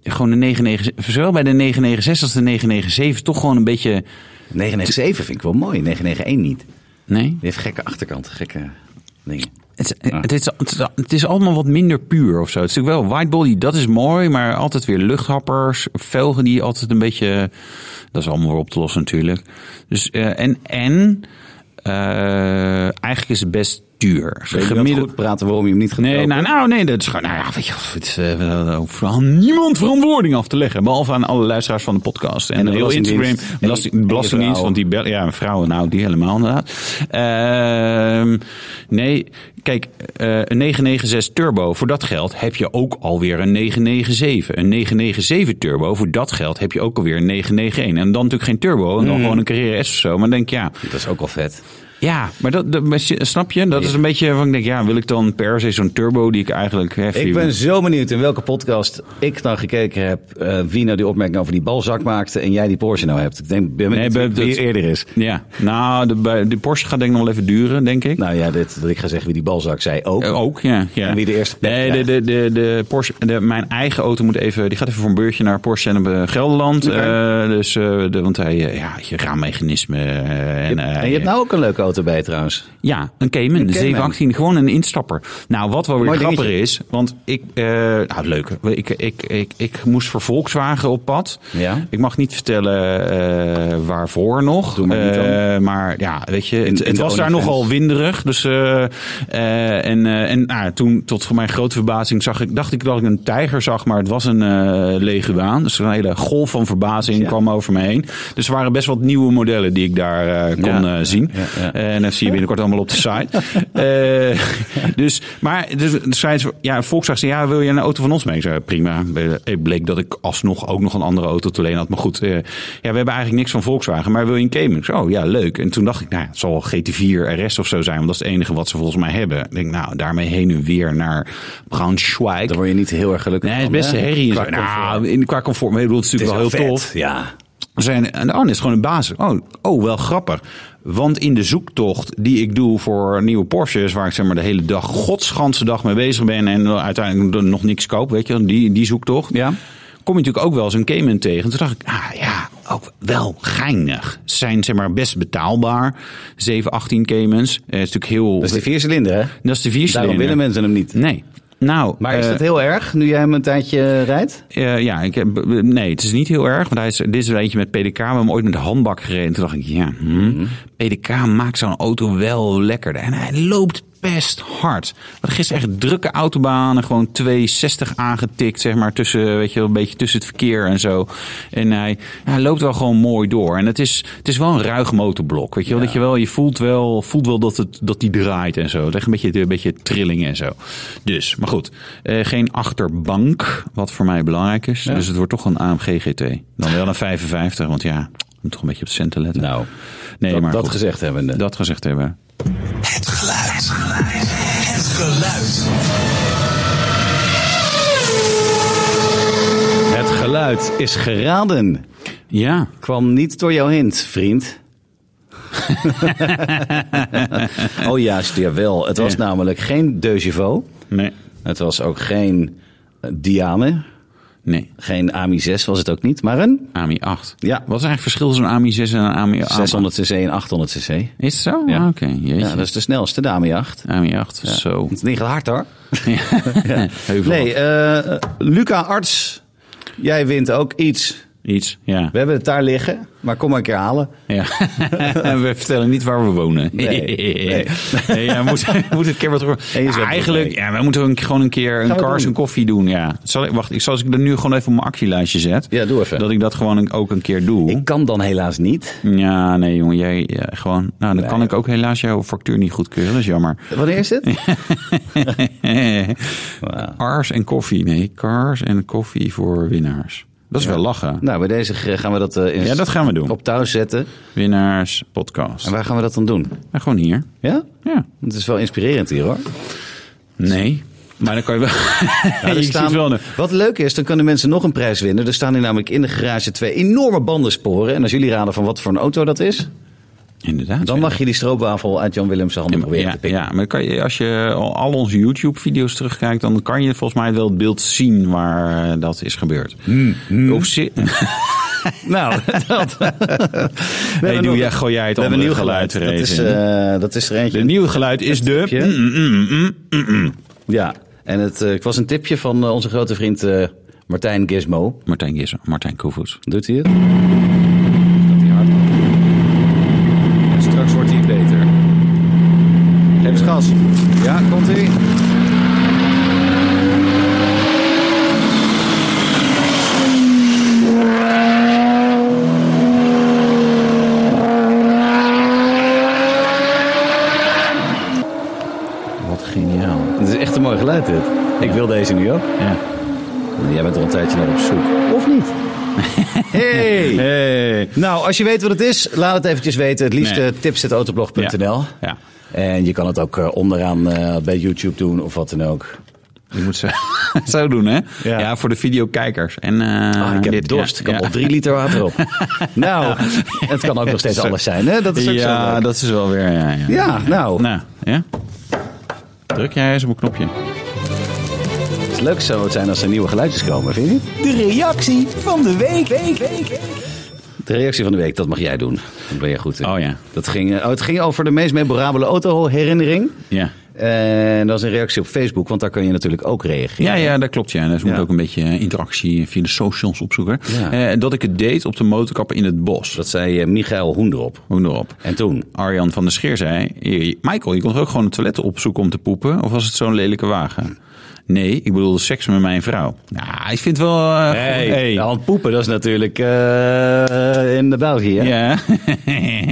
Speaker 2: Gewoon de 997, zowel bij de 996 als de 997, toch gewoon een beetje.
Speaker 1: 997 vind ik wel mooi. 991 niet. Die
Speaker 2: Nee?
Speaker 1: heeft gekke achterkant, gekke dingen.
Speaker 2: Het, is- het, is, het, is, het is allemaal wat minder puur of zo. Het is natuurlijk wel widebody, dat is mooi, maar altijd weer luchthappers, velgen die altijd een beetje. Dat is allemaal weer op te lossen natuurlijk. Dus, eh, en en eh, eigenlijk is het best duur.
Speaker 1: Weet je
Speaker 2: Gemiddeld-
Speaker 1: dat goed praten waarom je hem niet gaat
Speaker 2: Nee,
Speaker 1: kopen?
Speaker 2: nou, nou, nee, dat is gewoon. Nou ja, weet je, het is, eh, daar hoeft aan niemand verantwoording af te leggen. Behalve aan alle luisteraars van de podcast. En,
Speaker 1: En de
Speaker 2: heel
Speaker 1: Belastingdienst.
Speaker 2: Instagram.
Speaker 1: En-
Speaker 2: Belasting,
Speaker 1: en je
Speaker 2: belastingdienst,
Speaker 1: vrouw.
Speaker 2: want die bel, ja, vrouwen, nou, die helemaal inderdaad. Ehm, nee, kijk, eh, een 996 Turbo, voor dat geld heb je ook alweer een 997. Een 997 Turbo, voor dat geld heb je ook alweer een 991. En dan natuurlijk geen Turbo, en dan
Speaker 1: Hmm.
Speaker 2: gewoon een Carrera S of zo. Maar dan denk ik, ja.
Speaker 1: Dat is ook wel vet.
Speaker 2: Ja, maar dat, dat- maar snap je? Dat is een beetje van ik denk, ja, wil ik dan per se zo'n turbo die ik eigenlijk heb?
Speaker 1: Ik ben zo benieuwd in welke podcast ik dan gekeken heb. eh wie nou die opmerking over die balzak maakte. En jij die Porsche nou hebt. Ik denk, ben
Speaker 2: Nee,
Speaker 1: benieuwd
Speaker 2: bij-
Speaker 1: wie
Speaker 2: dat-
Speaker 1: eerder is.
Speaker 2: Ja, nou, de, bij- de Porsche gaat denk ik nog wel even duren, denk ik.
Speaker 1: Nou ja, dit, wat ik ga zeggen wie die balzak zei ook.
Speaker 2: Eh, Ook, ja. ja.
Speaker 1: En wie de eerste plek
Speaker 2: Nee, de, de, de, de Porsche, de, mijn eigen auto moet even, die gaat even voor een beurtje naar Porsche en eh, Gelderland. Eh, dus, eh, de, want hij, eh, ja, je raammechanisme. eh, en, eh,
Speaker 1: en je hebt nou ook een leuke auto bij trouwens.
Speaker 2: Ja, een Cayman,
Speaker 1: Cayman.
Speaker 2: 718, gewoon een instapper. Nou, wat wel weer
Speaker 1: Mooi
Speaker 2: grappig
Speaker 1: dingetje.
Speaker 2: is, want ik, eh nou leuk, ik, ik, ik, ik moest voor Volkswagen op pad.
Speaker 1: Ja.
Speaker 2: Ik mag niet vertellen eh, waarvoor nog.
Speaker 1: Doe maar niet dan.
Speaker 2: Eh, maar ja, weet je, het,
Speaker 1: In- in
Speaker 2: het
Speaker 1: de
Speaker 2: was daar
Speaker 1: OnlyFans.
Speaker 2: nogal winderig. Dus, eh, eh, en eh, en nou, toen, tot voor mijn grote verbazing, zag ik, dacht ik dat ik een tijger zag, maar het was een eh leguaan. Dus een hele golf van verbazing
Speaker 1: Ja.
Speaker 2: kwam over me heen. Dus er waren best wat nieuwe modellen die ik daar eh, kon
Speaker 1: Ja.
Speaker 2: eh, zien.
Speaker 1: Ja, ja.
Speaker 2: En dat zie je binnenkort allemaal op de site. Eh, dus, maar dus, zei ze, ja, Volkswagen zei, ja, wil je een auto van ons mee? Ik zei, prima. Eh, Het bleek dat ik alsnog ook nog een andere auto te lenen had. Maar goed, eh, ja, we hebben eigenlijk niks van Volkswagen, maar wil je een Cayman? Ik zei, oh ja, leuk. En toen dacht ik, nou, ja, het zal wel GT4 RS of zo zijn, want dat is het enige wat ze volgens mij hebben. Ik denk, nou, daarmee heen en weer naar Braunschweig.
Speaker 1: Daar word je niet heel erg gelukkig
Speaker 2: Nee, het is
Speaker 1: van,
Speaker 2: best
Speaker 1: Oh, hè?
Speaker 2: een herrie. en zo.
Speaker 1: Qua comfort.
Speaker 2: Nou, in, qua comfort, maar ik bedoel, het
Speaker 1: Het
Speaker 2: is
Speaker 1: is
Speaker 2: natuurlijk wel heel
Speaker 1: vet,
Speaker 2: tof.
Speaker 1: Ja.
Speaker 2: Er Zijn, en de andere is gewoon een basis. Oh, oh, wel grappig. Want in de zoektocht die ik doe voor nieuwe Porsches, waar ik zeg maar de hele dag, godsganse dag mee bezig ben en dan uiteindelijk dan nog niks koop, weet je, wel, die, die zoektocht.
Speaker 1: Ja.
Speaker 2: Kom je natuurlijk ook wel eens een Cayman tegen. Toen dacht ik, ah ja, ook wel geinig. Ze zijn zeg maar best betaalbaar. 718 Caymans. Eh, is natuurlijk heel.
Speaker 1: Dat is de viercilinder, hè?
Speaker 2: dat is de vier
Speaker 1: Daarom willen mensen hem niet.
Speaker 2: Nee. Nou,
Speaker 1: Maar is
Speaker 2: eh,
Speaker 1: dat heel erg, nu jij hem een tijdje rijdt?
Speaker 2: eh, ja, ik heb, nee, het is niet heel erg. Want hij is, dit is er eentje met PDK. We hebben hem ooit met de handbak gereden. Toen dacht ik, ja, hmm, PDK maakt zo'n auto wel lekkerder. En hij loopt best hard. Want gisteren echt drukke autobanen. Gewoon 260 aangetikt, zeg maar. Tussen, weet je wel, een beetje tussen het verkeer en zo. En hij, hij loopt wel gewoon mooi door. En het is, het is wel een ruig motorblok. Weet je wel, dat je wel, je voelt wel, voelt wel dat, het, dat die draait en zo. Het is echt een beetje, een beetje trilling en zo. Dus, maar goed. eh, geen achterbank, wat voor mij belangrijk is. Dus het wordt toch een AMG GT. Dan wel een 55, want ja, moet toch een beetje op de centen letten.
Speaker 1: Nou,
Speaker 2: nee,
Speaker 1: dat,
Speaker 2: maar
Speaker 1: dat
Speaker 2: goed.
Speaker 1: gezegd hebbende.
Speaker 2: Dat gezegd hebben.
Speaker 3: Het geluid. Het geluid.
Speaker 1: Het geluid is geraden.
Speaker 2: Ja,
Speaker 1: Kwam niet door jouw hint, vriend. Oh ja, wel. Het was
Speaker 2: Ja.
Speaker 1: namelijk geen Deugevo.
Speaker 2: Nee.
Speaker 1: Het was ook geen eh, Diane.
Speaker 2: Nee.
Speaker 1: Geen AMI 6 was het ook niet, maar een
Speaker 2: AMI 8.
Speaker 1: Ja.
Speaker 2: Wat is eigenlijk het verschil tussen een AMI 6 en een AMI 8?
Speaker 1: 600 cc en 800 cc.
Speaker 2: Is het zo?
Speaker 1: Ah, Ja.
Speaker 2: Ah, Oké, jeetje.
Speaker 1: Ja, dat is de snelste, de AMI 8.
Speaker 2: AMI 8, zo.
Speaker 1: Het ding gaat hard hoor.
Speaker 2: Heuvel.
Speaker 1: Nee, eh, Luca Arts, jij wint ook iets.
Speaker 2: Iets, ja.
Speaker 1: We hebben het daar liggen, maar kom maar een keer halen.
Speaker 2: ja. we vertellen niet waar we wonen.
Speaker 1: Nee, nee.
Speaker 2: Nee, ja, moet, moet een keer wat...
Speaker 1: En je zet
Speaker 2: Ja, eigenlijk,
Speaker 1: het
Speaker 2: ja, we moeten een- gewoon een keer een
Speaker 1: Gaan we
Speaker 2: cars
Speaker 1: doen.
Speaker 2: en koffie doen. Ja. Zal ik, wacht, ik, zal, als ik dat nu gewoon even op mijn actielijstje zet...
Speaker 1: Ja, doe even.
Speaker 2: Dat ik dat gewoon een- ook een keer doe.
Speaker 1: Ik kan dan helaas niet.
Speaker 2: Ja, nee jongen, jij ja, gewoon... Nou, dan
Speaker 1: Nee,
Speaker 2: kan ik ook helaas jouw factuur niet goedkeuren, dat is jammer.
Speaker 1: Wanneer is het?
Speaker 2: Cars en koffie, nee. Cars en koffie voor winnaars. Dat is wel lachen.
Speaker 1: Nou, bij deze ge- gaan we dat, eh, in-
Speaker 2: Ja, dat gaan we doen.
Speaker 1: op touw zetten.
Speaker 2: Winnaars podcast.
Speaker 1: En waar gaan we dat dan doen?
Speaker 2: Maar gewoon hier.
Speaker 1: Ja?
Speaker 2: Ja.
Speaker 1: Het is wel inspirerend hier hoor.
Speaker 2: Nee. Maar dan kan je wel...
Speaker 1: Ja, er
Speaker 2: Je ziet
Speaker 1: staan-
Speaker 2: wel een-
Speaker 1: Wat leuk is, dan kunnen mensen nog een prijs winnen. Er staan hier namelijk in de garage twee enorme bandensporen. En als jullie raden van wat voor een auto dat is,
Speaker 2: Inderdaad.
Speaker 1: dan mag je die stroopwafel uit Jan Willemse handen proberen
Speaker 2: ja,
Speaker 1: te pikken.
Speaker 2: ja, maar dan kan je, als je al al onze YouTube-video's terugkijkt, dan kan je volgens mij wel het beeld zien waar eh, dat is gebeurd. Op zi-
Speaker 1: Nou, dat.
Speaker 2: hey,
Speaker 1: hebben
Speaker 2: doe
Speaker 1: nog-
Speaker 2: jij, gooi jij het
Speaker 1: We hebben
Speaker 2: andere
Speaker 1: een nieuw geluid.
Speaker 2: erin.
Speaker 1: Dat is, eh, dat is er eentje.
Speaker 2: Het nieuwe geluid is de...
Speaker 1: tipje.
Speaker 2: Mm, mm, mm, mm, mm, mm.
Speaker 1: Ja, en het, eh, het was een tipje van eh, onze grote vriend eh, Martijn Gizmo.
Speaker 2: Martijn Gissen, Martijn Koevoets.
Speaker 1: Doet hij het? Dat hij hard loopt. En straks wordt hij beter. Geef eens gas. Ja, komt hij.
Speaker 2: Wat geniaal.
Speaker 1: Het is echt een mooi geluid dit. Ik wil deze nu ook.
Speaker 2: Ja.
Speaker 1: Jij bent er al een tijdje naar op zoek. Of niet? Hey!
Speaker 2: Hey.
Speaker 1: Nou, als je weet wat het is, laat het eventjes weten. Het liefst
Speaker 2: Nee.
Speaker 1: eh, tips.autoblog.nl.
Speaker 2: Ja.
Speaker 1: En je kan het ook eh, onderaan eh, bij YouTube doen of wat dan ook.
Speaker 2: Je moet ze zo doen, hè? Ja,
Speaker 1: Ja.
Speaker 2: voor de videokijkers. En, eh,
Speaker 1: Ah, ik heb
Speaker 2: dit,
Speaker 1: dorst.
Speaker 2: ja.
Speaker 1: Ik kan
Speaker 2: Ja.
Speaker 1: al drie liter water op. nou, het kan ook nog steeds
Speaker 2: Zo.
Speaker 1: alles zijn. Hè? Dat is ook zo
Speaker 2: ja,
Speaker 1: leuk.
Speaker 2: dat is wel weer. Ja, ja.
Speaker 1: Ja, nou.
Speaker 2: Nou, ja. Druk jij eens op een knopje.
Speaker 1: Het is leuk zou het zijn als er nieuwe geluidjes komen, vind je niet?
Speaker 5: De reactie van de week. week, week, week.
Speaker 1: De reactie van de week, dat mag jij doen. Dan ben je goed in.
Speaker 2: Oh ja.
Speaker 1: Dat ging, eh, oh, het ging over de meest memorabele autoherinnering.
Speaker 2: Ja.
Speaker 1: En dat is een reactie op Facebook, want daar kun je natuurlijk ook reageren.
Speaker 2: Ja, ja, dat klopt. Ja. Dus we moeten
Speaker 1: Ja.
Speaker 2: ook een beetje eh, interactie via de socials opzoeken.
Speaker 1: Ja.
Speaker 2: Eh, dat ik het deed op de motorkappen in het bos. Dat
Speaker 1: Dat zei eh, Michael Hoenderop.
Speaker 2: moet erop.
Speaker 1: En toen?
Speaker 2: Arjan van der Scheer zei... "Eh, Michael, je kon toch ook gewoon een toilet opzoeken om te poepen? Of was het zo'n lelijke wagen? Nee, ik bedoel seks met mijn vrouw. Nou, ik vind het wel... eh,
Speaker 1: Hey,
Speaker 2: hey.
Speaker 1: de hand poepen, dat is natuurlijk eh, in de België. hè?
Speaker 2: Ja.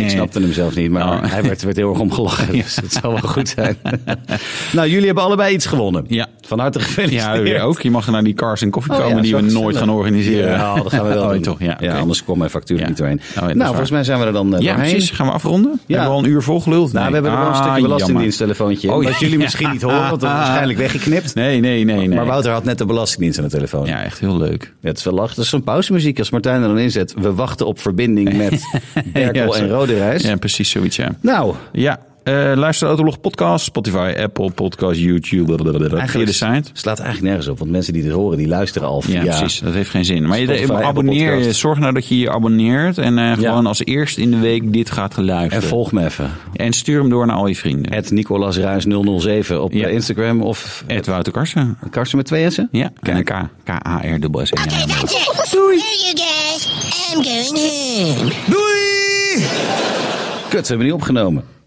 Speaker 1: Ik snapte hem zelf niet, maar
Speaker 2: Oh.
Speaker 1: hij werd, werd heel erg omgelachen. Dus het zou wel goed zijn. nou, jullie hebben allebei iets gewonnen.
Speaker 2: Ja.
Speaker 1: Van harte gefeliciteerd.
Speaker 2: Ja, weer ook. Je mag naar die cars en koffie
Speaker 1: Oh,
Speaker 2: komen
Speaker 1: ja,
Speaker 2: die
Speaker 1: zo
Speaker 2: we
Speaker 1: gezellig.
Speaker 2: nooit gaan organiseren.
Speaker 1: Ja, dat gaan we wel
Speaker 2: Oh,
Speaker 1: doen.
Speaker 2: toch? Ja, oké.
Speaker 1: anders komt mijn factuur
Speaker 2: Ja.
Speaker 1: niet doorheen.
Speaker 2: Oh, ja, dat is
Speaker 1: nou,
Speaker 2: waar.
Speaker 1: volgens mij zijn we er dan eh,
Speaker 2: Ja,
Speaker 1: doorheen.
Speaker 2: precies. Gaan we afronden? We Hebben we al een uur volgeluld?
Speaker 1: Nou, we hebben er wel een
Speaker 2: Ah,
Speaker 1: stukje
Speaker 2: jammer.
Speaker 1: belastingdiensttelefoontje.
Speaker 2: Oh,
Speaker 1: Oh,
Speaker 2: ja.
Speaker 1: Wat jullie misschien niet horen, want dat is waarschijnlijk weggeknipt.
Speaker 2: Nee, nee, nee. nee.
Speaker 1: Maar Wouter had net de belastingdienst aan de telefoon.
Speaker 2: Ja, echt heel leuk.
Speaker 1: Ja, het is wel lachen. Dat is zo'n pauzemuziek als Martijn er dan inzet. We wachten op verbinding met Berkel
Speaker 2: Ja, zo.
Speaker 1: en Roderijs.
Speaker 2: Ja, precies zoiets, ja.
Speaker 1: Nou,
Speaker 2: Ja, eh, luister de Autolog podcast, Spotify, Apple podcast, YouTube, blablabla, via de
Speaker 1: eigenlijk
Speaker 2: site.
Speaker 1: slaat eigenlijk nergens op. Want mensen die dit horen, die luisteren al
Speaker 2: Ja,
Speaker 1: via...
Speaker 2: precies. Dat heeft geen zin. Maar je,
Speaker 1: Spotify,
Speaker 2: abonneer
Speaker 1: Apple
Speaker 2: je.
Speaker 1: Podcast.
Speaker 2: Zorg nou dat je je abonneert. En eh, gewoon als eerst in de week dit gaat
Speaker 1: En
Speaker 2: geluisterd.
Speaker 1: volg me even.
Speaker 2: En stuur hem door naar al je vrienden.
Speaker 1: Het Nicolas Ruijs 007 op
Speaker 2: Ja.
Speaker 1: eh, Instagram of
Speaker 2: Ed Wouter Karsen.
Speaker 1: Karsten met twee S'en.
Speaker 2: Ja, en een K. K-A-R-S-S.
Speaker 6: Okay, that's it. There you guys. I'm going home.
Speaker 1: Kut, ze hebben niet opgenomen.